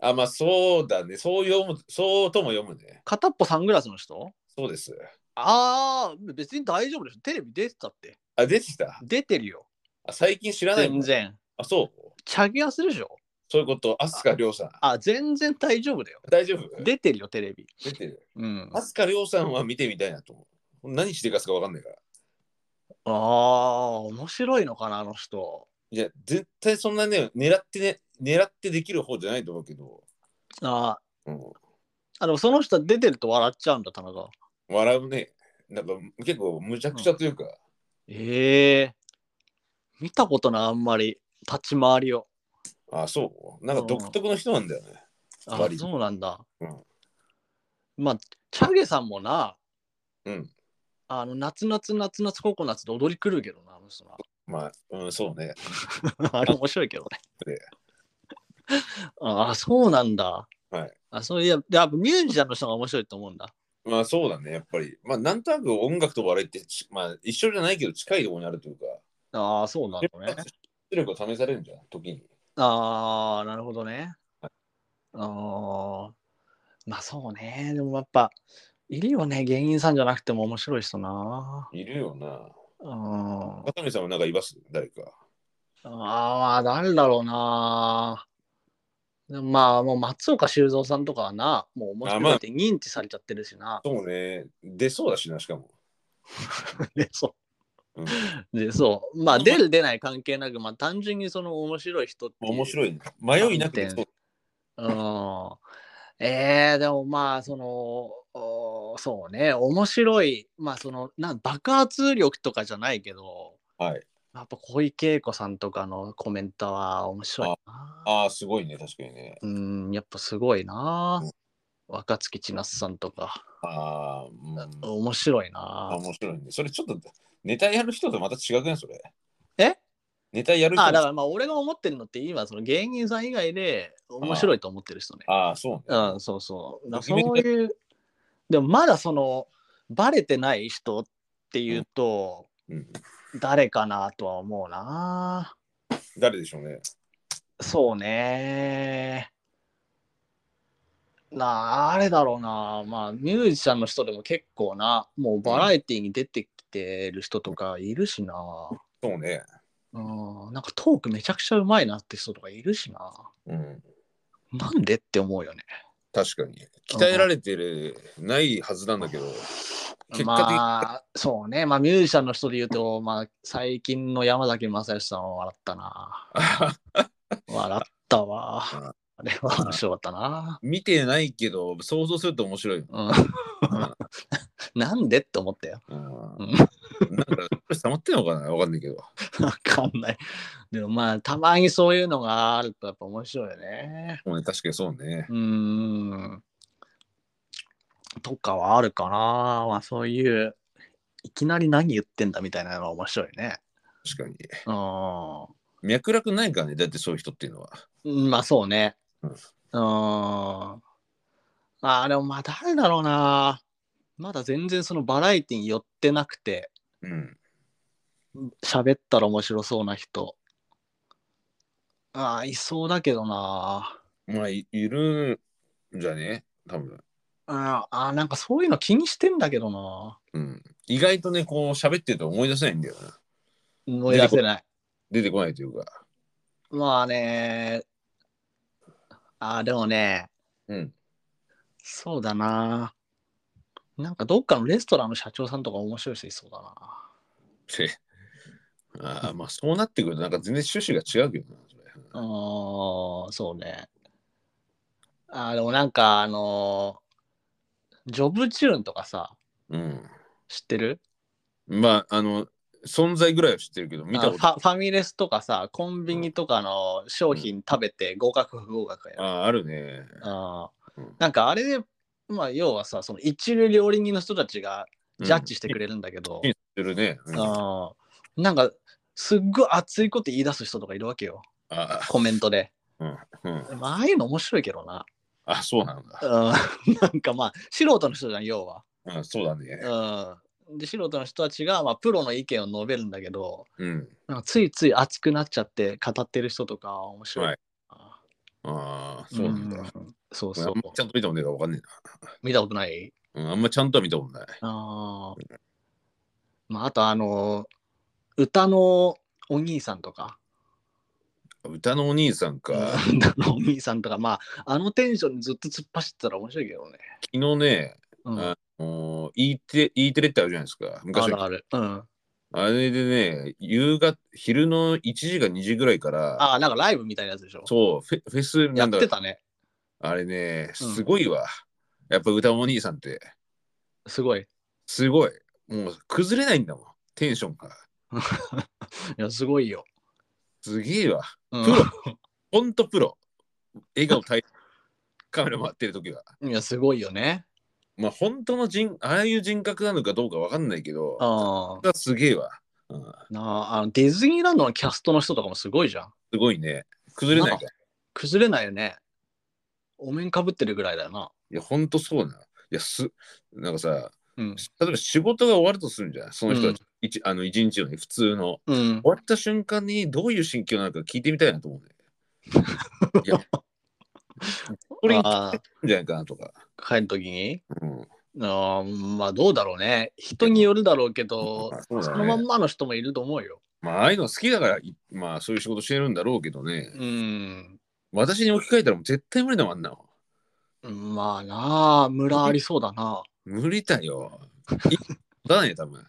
[SPEAKER 1] あ、まあそうだね。そう読む、そうとも読むね。
[SPEAKER 2] 片っぽサングラスの人
[SPEAKER 1] そうです。
[SPEAKER 2] ああ、別に大丈夫でしょ。テレビ出てたって。
[SPEAKER 1] あ、出てきた。
[SPEAKER 2] 出てるよ。
[SPEAKER 1] あ最近知らないも
[SPEAKER 2] 全
[SPEAKER 1] ん。
[SPEAKER 2] 然。
[SPEAKER 1] あ、そう。
[SPEAKER 2] チャギアスでしょ。
[SPEAKER 1] そういうこと。飛鳥涼さん。
[SPEAKER 2] あ、全然大丈夫だよ。
[SPEAKER 1] 大丈夫
[SPEAKER 2] 出てるよ、テレビ。
[SPEAKER 1] 出てる。
[SPEAKER 2] うん。あ
[SPEAKER 1] 飛鳥涼さんは見てみたいなと思う。何してるかすかわかんないから。
[SPEAKER 2] あー、面白いのかな、あの人。
[SPEAKER 1] いや、絶対そんなね、狙ってね、狙ってできる方じゃないと思うけど。
[SPEAKER 2] あ
[SPEAKER 1] うん。
[SPEAKER 2] ーあ、でもその人出てると笑っちゃうんだ、田中。
[SPEAKER 1] 笑うね。なんか結構むちゃくちゃというか、
[SPEAKER 2] ええ見たことない、あんまり。立ち回りを。
[SPEAKER 1] あそう。なんか独特の人なんだよね。
[SPEAKER 2] あ
[SPEAKER 1] 割
[SPEAKER 2] そうなんだ。
[SPEAKER 1] うん
[SPEAKER 2] まあ、チャゲさんもな、
[SPEAKER 1] うん。
[SPEAKER 2] あの、夏夏夏夏ココナッツで踊り狂うけどな、あの人 な。
[SPEAKER 1] まあ、うん、そうね。
[SPEAKER 2] あれ面白いけどね
[SPEAKER 1] え。
[SPEAKER 2] ああ、そうなんだ。
[SPEAKER 1] はい。
[SPEAKER 2] あ、そういや、やっぱミュージシャンの人が面白いと思うんだ。
[SPEAKER 1] まあそうだね、やっぱり。まあなんとなく音楽と笑いってち、まあ一緒じゃないけど近いところにあるというか、
[SPEAKER 2] ああ、そうなんだね。
[SPEAKER 1] 出力が試されるんじゃん、時に。
[SPEAKER 2] ああ、なるほどね。ああ、まあそうね。でもやっぱ、いるよね。芸人さんじゃなくても面白い人な。
[SPEAKER 1] いるよな。
[SPEAKER 2] うん。
[SPEAKER 1] 片見さんはなんかいます誰か。
[SPEAKER 2] ああ、誰だろうな。でもまあ、もう松岡修造さんとかはな、もう面白いって認知されちゃってるしな。
[SPEAKER 1] そうね、出そうだしな、しかも。
[SPEAKER 2] で、そ
[SPEAKER 1] う
[SPEAKER 2] う。
[SPEAKER 1] ん、
[SPEAKER 2] でそうまあ
[SPEAKER 1] まあ
[SPEAKER 2] 出る出ない関係なくまあ単純にその面白い人ってい う
[SPEAKER 1] 面白い、ね。迷いなくて
[SPEAKER 2] 観
[SPEAKER 1] そう
[SPEAKER 2] 点うんえー、でもまあそのおそうね面白いまあそのなん爆発力とかじゃないけど
[SPEAKER 1] はい。
[SPEAKER 2] やっぱ小池栄子さんとかのコメントは面白いな
[SPEAKER 1] ああ、すごいね、確かにね。
[SPEAKER 2] うんやっぱすごいな
[SPEAKER 1] うん
[SPEAKER 2] 若槻千夏さんとか
[SPEAKER 1] ああ、うん。あ
[SPEAKER 2] 面白いな
[SPEAKER 1] 面白いね。それちょっと、ネタやる人とまた違くないそれ。
[SPEAKER 2] え
[SPEAKER 1] ネタやる人
[SPEAKER 2] あだからまあ俺が思ってるのって今その芸人さん以外で面白いと思ってる人ね
[SPEAKER 1] ああ、そうね。
[SPEAKER 2] うん、そうそう。だ
[SPEAKER 1] ドキュメンタ
[SPEAKER 2] そういう、でもまだその、バレてない人っていうと、
[SPEAKER 1] うん、
[SPEAKER 2] 誰かなとは思うな。
[SPEAKER 1] 誰でしょうね。
[SPEAKER 2] そうね。なあ、あれだろうな。まあ、ミュージシャンの人でも結構な、もうバラエティに出てきてる人とかいるしな。
[SPEAKER 1] そうね。
[SPEAKER 2] うん、なんかトークめちゃくちゃうまいなって人とかいるしな。
[SPEAKER 1] うん。
[SPEAKER 2] なんでって思うよね。
[SPEAKER 1] 確かに。鍛えられてる、ないはずなんだけど、結果的に、
[SPEAKER 2] まあ、そうね。まあ、ミュージシャンの人で言うと、まあ、最近の山崎正義さんは笑ったな。笑ったわ。あれは面白かったな。
[SPEAKER 1] 見てないけど、想像すると面白いよ。
[SPEAKER 2] うん、 なんでって思ったよ。
[SPEAKER 1] うん
[SPEAKER 2] うん
[SPEAKER 1] なんか、これ、溜まってんのかなわかんないけど。
[SPEAKER 2] わかんない。でもまあ、たまにそういうのがあるとやっぱ面白いよね。
[SPEAKER 1] もうね、確かにそうね。
[SPEAKER 2] うーん。とかはあるかな。まあ、そういう、いきなり何言ってんだみたいなのは面白いね。
[SPEAKER 1] 確かに。
[SPEAKER 2] うん。
[SPEAKER 1] 脈絡ないからね、だってそういう人っていうのは。
[SPEAKER 2] うんまあそうね。
[SPEAKER 1] う
[SPEAKER 2] うんん。ああ、でもまあ誰だろうな。まだ全然そのバラエティに寄ってなくて、
[SPEAKER 1] うん。
[SPEAKER 2] 喋ったら面白そうな人。ああ、いそうだけどな。
[SPEAKER 1] まあ、いいるんじゃね多分。
[SPEAKER 2] ああ、なんかそういうの気にしてんだけどな。
[SPEAKER 1] うん。意外とね、こう、喋ってると思い出せないんだよな。
[SPEAKER 2] 思い出せない。
[SPEAKER 1] 出てこないというか。
[SPEAKER 2] まあね。ああ、でもね、
[SPEAKER 1] うん。
[SPEAKER 2] そうだな。なんかどっかのレストランの社長さんとか面白い人いそうだな。
[SPEAKER 1] って。ああ、まあ、そうなってくると、なんか全然趣旨が違うけどな、それ。
[SPEAKER 2] あーそうね。あーでもなんかあのージョブチューンとかさ、
[SPEAKER 1] うん。
[SPEAKER 2] 知ってる
[SPEAKER 1] まあ、あの、存在ぐらいは知ってるけど、見たこと
[SPEAKER 2] あファファミレスとかさ、コンビニとかの商品食べて合格不合格やる。
[SPEAKER 1] ああるね。
[SPEAKER 2] あー
[SPEAKER 1] うん
[SPEAKER 2] なんかあれで、まあ要はさ、その一流料理人の人たちがジャッジしてく
[SPEAKER 1] る。
[SPEAKER 2] れるんだけど
[SPEAKER 1] うん、知ってるね。うんあ
[SPEAKER 2] あーなんかすっごい熱いこと言い出す人とかいるわけよ、
[SPEAKER 1] あ、
[SPEAKER 2] コメントで。
[SPEAKER 1] うん。
[SPEAKER 2] まあああいうの面白いけどな。
[SPEAKER 1] あ、そうなんだ。
[SPEAKER 2] うん なんかまあ素人の人じゃん、要は。
[SPEAKER 1] うん、そうだね。
[SPEAKER 2] うん、で素人の人たちが、まあ、プロの意見を述べるんだけど
[SPEAKER 1] うん。
[SPEAKER 2] なんかついつい熱くなっちゃって語ってる人とか面白い。
[SPEAKER 1] はいああ、そうなんだ。
[SPEAKER 2] うんそう
[SPEAKER 1] 俺あ。
[SPEAKER 2] そうん
[SPEAKER 1] まちゃんと見たことないからわかんね
[SPEAKER 2] 見たことない
[SPEAKER 1] えな。うん、あんまちゃんとは見たことない。
[SPEAKER 2] ああ。まあ、あとあのー歌のお兄さんとか、
[SPEAKER 1] 歌のお兄さん
[SPEAKER 2] 歌
[SPEAKER 1] か。
[SPEAKER 2] のお兄さんとか、まあ、あのテンションでずっと突っ走ってたら面白いけどね。
[SPEAKER 1] 昨日ね、
[SPEAKER 2] うん、
[SPEAKER 1] あ
[SPEAKER 2] あ
[SPEAKER 1] もう E テ E テレってあるじゃないですか。昔
[SPEAKER 2] る
[SPEAKER 1] あ
[SPEAKER 2] ある。うん、
[SPEAKER 1] れでね、夕方、昼の1時か2時ぐらいから、
[SPEAKER 2] ああ、なんかライブみたいなやつでしょ。
[SPEAKER 1] そう、フェフェス
[SPEAKER 2] や
[SPEAKER 1] な
[SPEAKER 2] っ
[SPEAKER 1] んだ
[SPEAKER 2] てたね。
[SPEAKER 1] あれね、
[SPEAKER 2] うん
[SPEAKER 1] すごいわ。やっぱ歌のお兄さんって、
[SPEAKER 2] すごい。い
[SPEAKER 1] すごい。もう崩れないんだもん。テンションが。
[SPEAKER 2] や、すごいよ。
[SPEAKER 1] すげえわ。
[SPEAKER 2] うん
[SPEAKER 1] プほんとプロ。笑顔 大カメラ回ってる時は。
[SPEAKER 2] いや、すごいよね。
[SPEAKER 1] まあ本当の人、ああいう人格なのかどうかわかんないけど、
[SPEAKER 2] ああ。
[SPEAKER 1] だすげえわ、うん。
[SPEAKER 2] なああのディズニーランドのキャストの人とかもすごいじゃん。
[SPEAKER 1] すごいね。崩れないから。い
[SPEAKER 2] 崩れないよね。お面かぶってるぐらいだよな。
[SPEAKER 1] や、ほんとそうなの。いや、す、なんかさ、
[SPEAKER 2] うん。
[SPEAKER 1] 例えば仕事が終わるとするんじゃないその人たち、一あの一日のね、普通の。
[SPEAKER 2] うん。
[SPEAKER 1] 終わった瞬間にどういう心境なのか聞いてみたいなと思うね。 いや、これいいん
[SPEAKER 2] あー
[SPEAKER 1] じゃないかなとか。
[SPEAKER 2] 帰るときに
[SPEAKER 1] うん。
[SPEAKER 2] あーまあどうだろうね。人によるだろうけど
[SPEAKER 1] まあ、そうだ
[SPEAKER 2] そ
[SPEAKER 1] ね
[SPEAKER 2] のまんまの人もいると思うよ。
[SPEAKER 1] まあ、ああいうの好きだから、いまあ、そういう仕事してるんだろうけどね。
[SPEAKER 2] うん。
[SPEAKER 1] 私に置き換えたらもう絶対無理だもん、あんなの。
[SPEAKER 2] まあなあ、村ありそうだな。
[SPEAKER 1] 無理だよ。いだね、多分。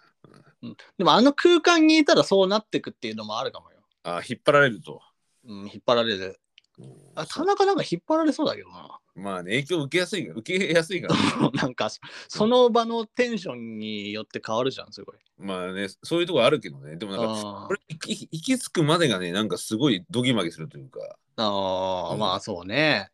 [SPEAKER 2] でもあの空間にいたらそうなってくっていうのもあるかもよ。
[SPEAKER 1] あ、引っ張られると。
[SPEAKER 2] うん、引っ張られる。
[SPEAKER 1] うん
[SPEAKER 2] あ田中なんか引っ張られそうだけどな。
[SPEAKER 1] まあね、影響受けやすいから、受けやすいから。
[SPEAKER 2] なんかそその場のテンションによって変わるじゃん、すごい。
[SPEAKER 1] まあね、そういうとこあるけどね。でもなんか、
[SPEAKER 2] あ
[SPEAKER 1] これ行き行き着くまでがね、なんかすごいドギマギするというか。
[SPEAKER 2] あー、
[SPEAKER 1] うん
[SPEAKER 2] まあそうね。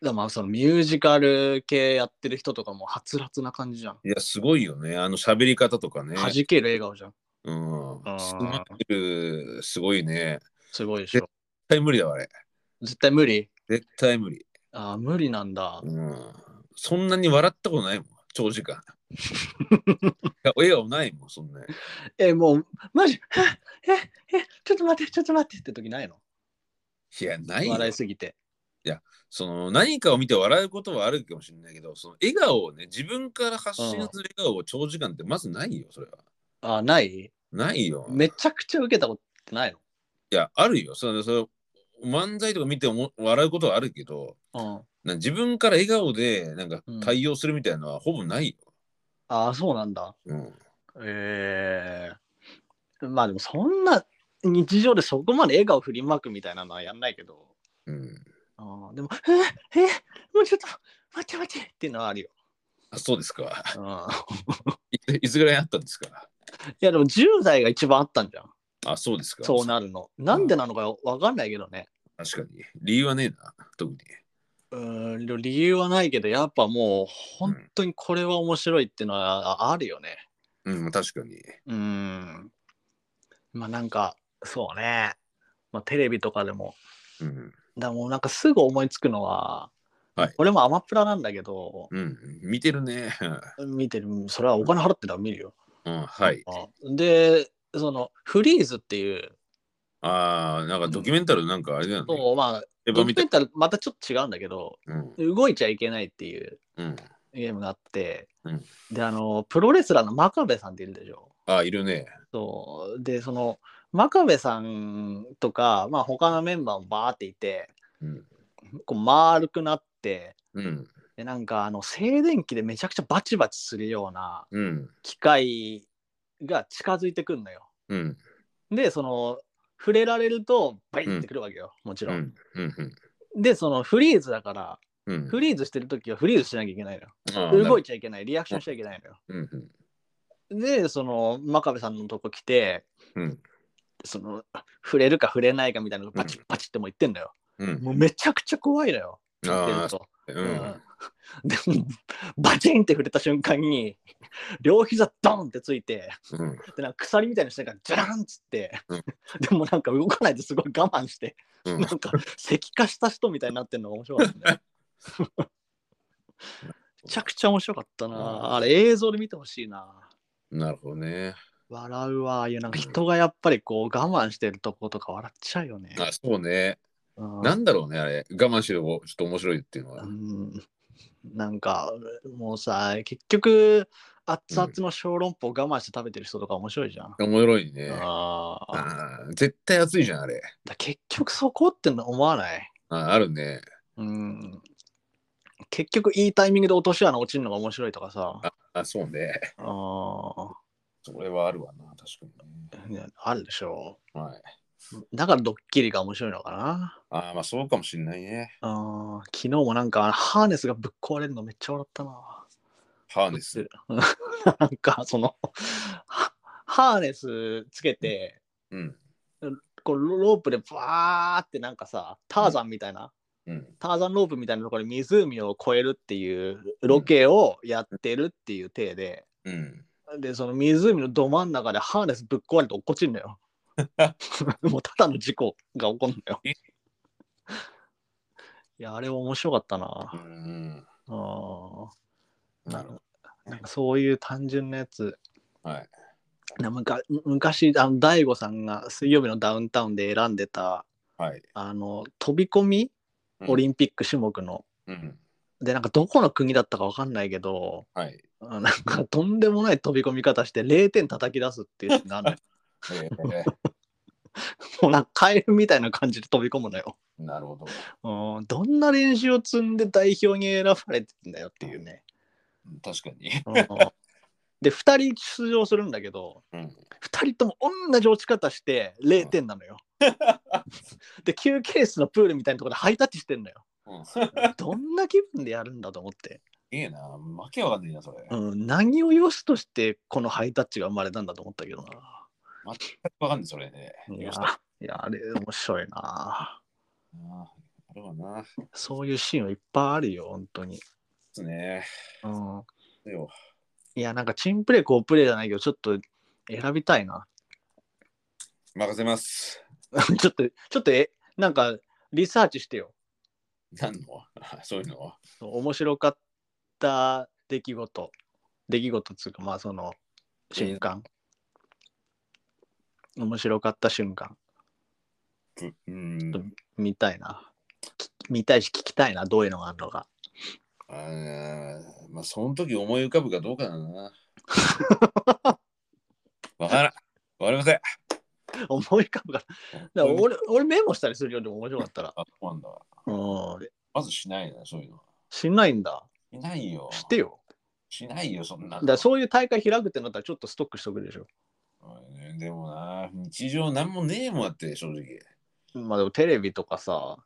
[SPEAKER 2] だからまあそのミュージカル系やってる人とかもはつらつな感じじゃん。
[SPEAKER 1] いや、すごいよね。あの喋り方とかね。
[SPEAKER 2] 弾ける笑顔じゃん。
[SPEAKER 1] うん。
[SPEAKER 2] ー
[SPEAKER 1] スマイル、すごいね。
[SPEAKER 2] すごいでしょ。
[SPEAKER 1] 絶対無理だわ、あれ。
[SPEAKER 2] 絶対無理。
[SPEAKER 1] 絶対無理。
[SPEAKER 2] ああ、無理なんだ。
[SPEAKER 1] うん。そんなに笑ったことないもん、長時 間。いや笑顔ないもん、そんな。
[SPEAKER 2] え、もう、マジ、 はえ、え、ちょっと待って、ちょっと待ってって時ないの
[SPEAKER 1] いや、ないよ。
[SPEAKER 2] 笑いすぎて。
[SPEAKER 1] その何かを見て笑うことはあるかもしれないけど、その笑顔をね、自分から発信する笑顔を長時間ってまずないよ、それは。
[SPEAKER 2] ああ、ない
[SPEAKER 1] ないよ。
[SPEAKER 2] めちゃくちゃ受けたことってない
[SPEAKER 1] いや、あるよ。そのその漫才とか見ても笑うことはあるけど、
[SPEAKER 2] のうん。
[SPEAKER 1] な自分から笑顔でなんか
[SPEAKER 2] うん
[SPEAKER 1] 対応するみたいなのはほぼないよ。
[SPEAKER 2] ああ、そうなんだ。
[SPEAKER 1] うん、
[SPEAKER 2] ええまあでもそんな日常でそこまで笑顔振りまくみたいなのはやんないけど。
[SPEAKER 1] うん
[SPEAKER 2] ああでも、ええもうちょっと待って待ってっていうのはあるよ。
[SPEAKER 1] あそうですか。
[SPEAKER 2] うん
[SPEAKER 1] いついつぐらいあったんですか
[SPEAKER 2] いやでも10代が一番あったんじゃん。
[SPEAKER 1] あ、そうですか。
[SPEAKER 2] そうなるの。なんでなのかわかんないけどね。
[SPEAKER 1] 確かに。理由はねえな、特に。
[SPEAKER 2] うーん理由はないけどやっぱもう本当にこれは面白いっていうのはあるよね。
[SPEAKER 1] うん、まあ確かに。
[SPEAKER 2] うーん。まあなんかそうね。まあテレビとかでも。
[SPEAKER 1] うん。
[SPEAKER 2] だからもうなんかすぐ思いつくのは、
[SPEAKER 1] はい
[SPEAKER 2] 俺もアマプラなんだけど、
[SPEAKER 1] うん、見てるね。
[SPEAKER 2] 見てるそれはお金払ってたら見るよ。
[SPEAKER 1] うん、はい。
[SPEAKER 2] うんでそのフリーズっていう、
[SPEAKER 1] ああ、なんかドキュメンタルなんかあれだよね。
[SPEAKER 2] そうまあ
[SPEAKER 1] エヴ
[SPEAKER 2] ド
[SPEAKER 1] ァ
[SPEAKER 2] キ
[SPEAKER 1] み
[SPEAKER 2] ュ
[SPEAKER 1] た
[SPEAKER 2] メ
[SPEAKER 1] い
[SPEAKER 2] ンタルまたちょっと違うんだけど
[SPEAKER 1] うん
[SPEAKER 2] 動いちゃいけないっていう
[SPEAKER 1] うん。
[SPEAKER 2] ゲームがあって、
[SPEAKER 1] うん
[SPEAKER 2] であのプロレスラーの真壁さんっているでしょ。
[SPEAKER 1] あ、いるね。
[SPEAKER 2] そうでその真壁さんとか、まあ、他のメンバーもバーっていて
[SPEAKER 1] うん。
[SPEAKER 2] こう丸くなって
[SPEAKER 1] うん。
[SPEAKER 2] でなんかあの静電気でめちゃくちゃバチバチするような
[SPEAKER 1] うん。
[SPEAKER 2] 機械が近づいてくるのよ。
[SPEAKER 1] うん。
[SPEAKER 2] でその触れられるとバイってくるわけよ、もち
[SPEAKER 1] う
[SPEAKER 2] ろん。
[SPEAKER 1] ん。うん。
[SPEAKER 2] でそのフリーズだから
[SPEAKER 1] うん。
[SPEAKER 2] フリーズしてる時はフリーズしなきゃいけないのよ。
[SPEAKER 1] 動
[SPEAKER 2] 動
[SPEAKER 1] い
[SPEAKER 2] いちゃいけないリアクションしちゃいけないのよ。
[SPEAKER 1] うん。うん
[SPEAKER 2] でその真壁さんのとこ来て
[SPEAKER 1] うん。
[SPEAKER 2] その触れるか触れないかみたいなのがバチッ
[SPEAKER 1] う
[SPEAKER 2] バチッってもう言ってんだよ。
[SPEAKER 1] うん。
[SPEAKER 2] もうめちゃくちゃ怖いのよ。やって
[SPEAKER 1] あ
[SPEAKER 2] る
[SPEAKER 1] あ、
[SPEAKER 2] と。
[SPEAKER 1] う
[SPEAKER 2] うん
[SPEAKER 1] ん。
[SPEAKER 2] でもバチンって触れた瞬間に両膝ドンってついて。
[SPEAKER 1] うん。
[SPEAKER 2] でなんか鎖みたいなのしてからジャランっつって、
[SPEAKER 1] うん
[SPEAKER 2] でもなんか動かないですごい我慢して、
[SPEAKER 1] うん
[SPEAKER 2] なんか石化した人みたいになってるのが面白かったね。めちゃくちゃ面白かったな。あれ映像で見てほしいな。
[SPEAKER 1] なるほどね。
[SPEAKER 2] 笑うわ。いやなんか人がやっぱりこう我慢してるとことか笑っちゃうよね。
[SPEAKER 1] あそうね。
[SPEAKER 2] うん
[SPEAKER 1] なんだろうね、あれ。我慢しろ、ちょっと面白いっていうのは
[SPEAKER 2] う。んなんかもうさ結局熱々の小籠包我慢して食べてる人とか面白いじゃん。
[SPEAKER 1] 面白いね。
[SPEAKER 2] あー
[SPEAKER 1] あー絶対熱いじゃん、あれ。
[SPEAKER 2] だ結局そこっての思わない、
[SPEAKER 1] あーあるね。
[SPEAKER 2] うん、結局いいタイミングで落とし穴落ちるのが面白いとかさ
[SPEAKER 1] あ、そうね。
[SPEAKER 2] あ
[SPEAKER 1] それはあるわな、確かにね。
[SPEAKER 2] ーいやあるでしょ
[SPEAKER 1] はい。
[SPEAKER 2] うだからドッキリが面白いのかな
[SPEAKER 1] ああ、まあそうかもしんないね。
[SPEAKER 2] あー昨日もなんかハーネスがぶっ壊れるのめっちゃ笑ったな。
[SPEAKER 1] ハーネス。
[SPEAKER 2] うんなんかそのはハーネスつけて、
[SPEAKER 1] うん。
[SPEAKER 2] こうロロープでバーってなんかさターザンみたいな、
[SPEAKER 1] うん。
[SPEAKER 2] ターザンロープみたいなところで湖を越えるっていうロケをやってるっていう体で、
[SPEAKER 1] うん。
[SPEAKER 2] でその湖のど真ん中でハーネスぶっ壊れて落っこちるの よもうただの事故が起こるのよ
[SPEAKER 1] え
[SPEAKER 2] いやあれ面白かった
[SPEAKER 1] う。
[SPEAKER 2] なんあー
[SPEAKER 1] なるほど。
[SPEAKER 2] なんかそういう単純なやつ
[SPEAKER 1] はい。
[SPEAKER 2] なむか昔あの大悟さんが水曜日のダウンタウンで選んでた
[SPEAKER 1] はい。
[SPEAKER 2] あの飛び込み
[SPEAKER 1] うん
[SPEAKER 2] オリンピック種目の、
[SPEAKER 1] うん。
[SPEAKER 2] でなんかどこの国だったかわかんないけど
[SPEAKER 1] はい。
[SPEAKER 2] あなんかとんでもない飛び込み方して0点叩き出すっていうのがあるの
[SPEAKER 1] え
[SPEAKER 2] よ
[SPEAKER 1] ー
[SPEAKER 2] もうなんかカエルみたいな感じで飛び込むのよ
[SPEAKER 1] なるほど。
[SPEAKER 2] うんどんな練習を積んで代表に選ばれてんだよっていうね、
[SPEAKER 1] うん確かに。
[SPEAKER 2] うんで2人出場するんだけど
[SPEAKER 1] うん。
[SPEAKER 2] 2人とも同じ落ち方して0点なのよで休憩室のプールみたいなところでハイタッチしてんのよ
[SPEAKER 1] うん。す
[SPEAKER 2] どんな気分でやるんだと思って
[SPEAKER 1] げえな。負けわかんねえな、それ。
[SPEAKER 2] うん、何を良しとしてこのハイタッチが生まれたんだと思ったけどな。
[SPEAKER 1] わかんねえ、それね。
[SPEAKER 2] いや
[SPEAKER 1] よしあ、
[SPEAKER 2] いやあれ面白い
[SPEAKER 1] あ
[SPEAKER 2] な。
[SPEAKER 1] るわな。
[SPEAKER 2] そういうシーンはいっぱいあるよ、本当に。
[SPEAKER 1] ですね。
[SPEAKER 2] うん、
[SPEAKER 1] でよ。
[SPEAKER 2] いや、なんかチンプレー、コープレーじゃないけど、ちょっと選びたいな。
[SPEAKER 1] 任せます。
[SPEAKER 2] ちょっと、ちょっとえ、なんかリサーチしてよ。
[SPEAKER 1] 何のそういうのは。
[SPEAKER 2] 面白かった出来事。出来事っつうか、まあその瞬間。面白かった瞬間。
[SPEAKER 1] ぶうん。
[SPEAKER 2] 見たいな。き見たいし聞きたいな、どういうのがあるのか。
[SPEAKER 1] あーまあ、その時思い浮かぶかどうかだ な。わからん。わかりません。
[SPEAKER 2] 思い浮かぶから。だから俺俺メモしたりするよ、でも面白かったら。
[SPEAKER 1] あそうなんだ。
[SPEAKER 2] うん。
[SPEAKER 1] まずしないな、そういうのは。
[SPEAKER 2] しないんだ。
[SPEAKER 1] しないよ。
[SPEAKER 2] してよ。
[SPEAKER 1] しないよ、そんな
[SPEAKER 2] だ
[SPEAKER 1] の
[SPEAKER 2] からそういう大会開くってなったらちょっとストックしとくでしょ。
[SPEAKER 1] うんでもな、日常なんもねえもんあって、正直。
[SPEAKER 2] まあでもテレビとかさ、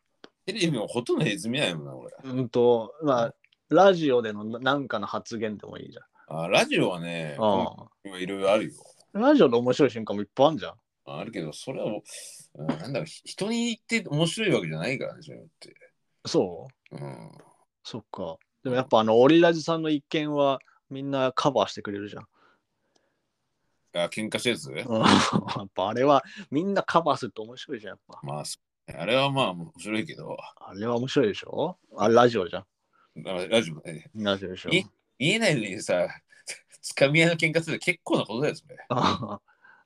[SPEAKER 1] テレビもほとんどずみないもんな、俺。
[SPEAKER 2] うんと、まあ、ラジオでのなんかの発言でもいいじ
[SPEAKER 1] あラジオはね
[SPEAKER 2] ゃ、ん。
[SPEAKER 1] いろいろあるよ。
[SPEAKER 2] うん。ラジオの面白い瞬間もいっぱいあるじゃん。
[SPEAKER 1] あるけど、それは、うんなんだろう、ひ人に言って面白いわけじゃないからね、それって。
[SPEAKER 2] そう
[SPEAKER 1] うん。
[SPEAKER 2] そっか。でもやっぱあの、オリラジさんの一見はみんなカバーしてくれるじゃん。
[SPEAKER 1] あ、喧嘩したやつ、
[SPEAKER 2] うん やっぱあれはみんなカバーすると面白いじゃん、やっぱ。
[SPEAKER 1] まあ、そうあれはまあ面白いけど、
[SPEAKER 2] あれは面白いでしょあれラジオじゃん。
[SPEAKER 1] あラジオね、
[SPEAKER 2] ラジオでしょ。
[SPEAKER 1] え言えないのにさ、つかみ合いの喧嘩するって結構なことだよ、それ。
[SPEAKER 2] あ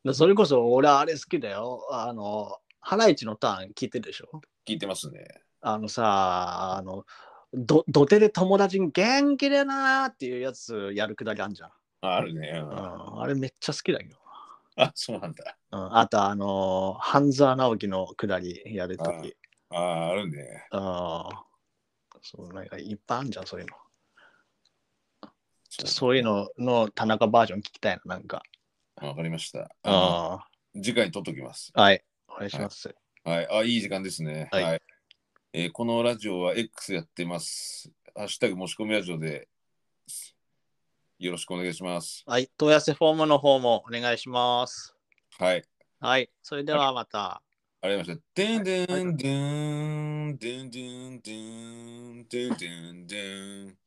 [SPEAKER 2] あ それこそ俺あれ好きだよ。あの、ハライチのターン聞いてるでしょ
[SPEAKER 1] 聞いてますね。
[SPEAKER 2] あのさ、あの、ど土手で友達に元気でなーっていうやつやるくだりあんじゃん。
[SPEAKER 1] ああるね。うん
[SPEAKER 2] うん、あれめっちゃ好きだけど。
[SPEAKER 1] あ、そうなんだ。
[SPEAKER 2] うん、あとあの、半沢直樹のくだりやるとき。
[SPEAKER 1] ああ、あるね。
[SPEAKER 2] ああそう、なんかいっぱいあんじゃん、そういうの。ちょっとそういうのの田中バージョン聞きたいな、なんか。
[SPEAKER 1] わかりました。あ
[SPEAKER 2] あ
[SPEAKER 1] の次回に撮っときます。
[SPEAKER 2] あはい、お願いします。
[SPEAKER 1] はい。あ、いい時間ですね。
[SPEAKER 2] はい
[SPEAKER 1] えーこのラジオは X やってます。ハッシュタグ申し込みラジオでよろしくお願いします。
[SPEAKER 2] はい、問い合わせフォームの方もお願いします。
[SPEAKER 1] はい。
[SPEAKER 2] はい、それではまた。
[SPEAKER 1] ありがとうございました。でんでんでんでんでんでんでんでんでん。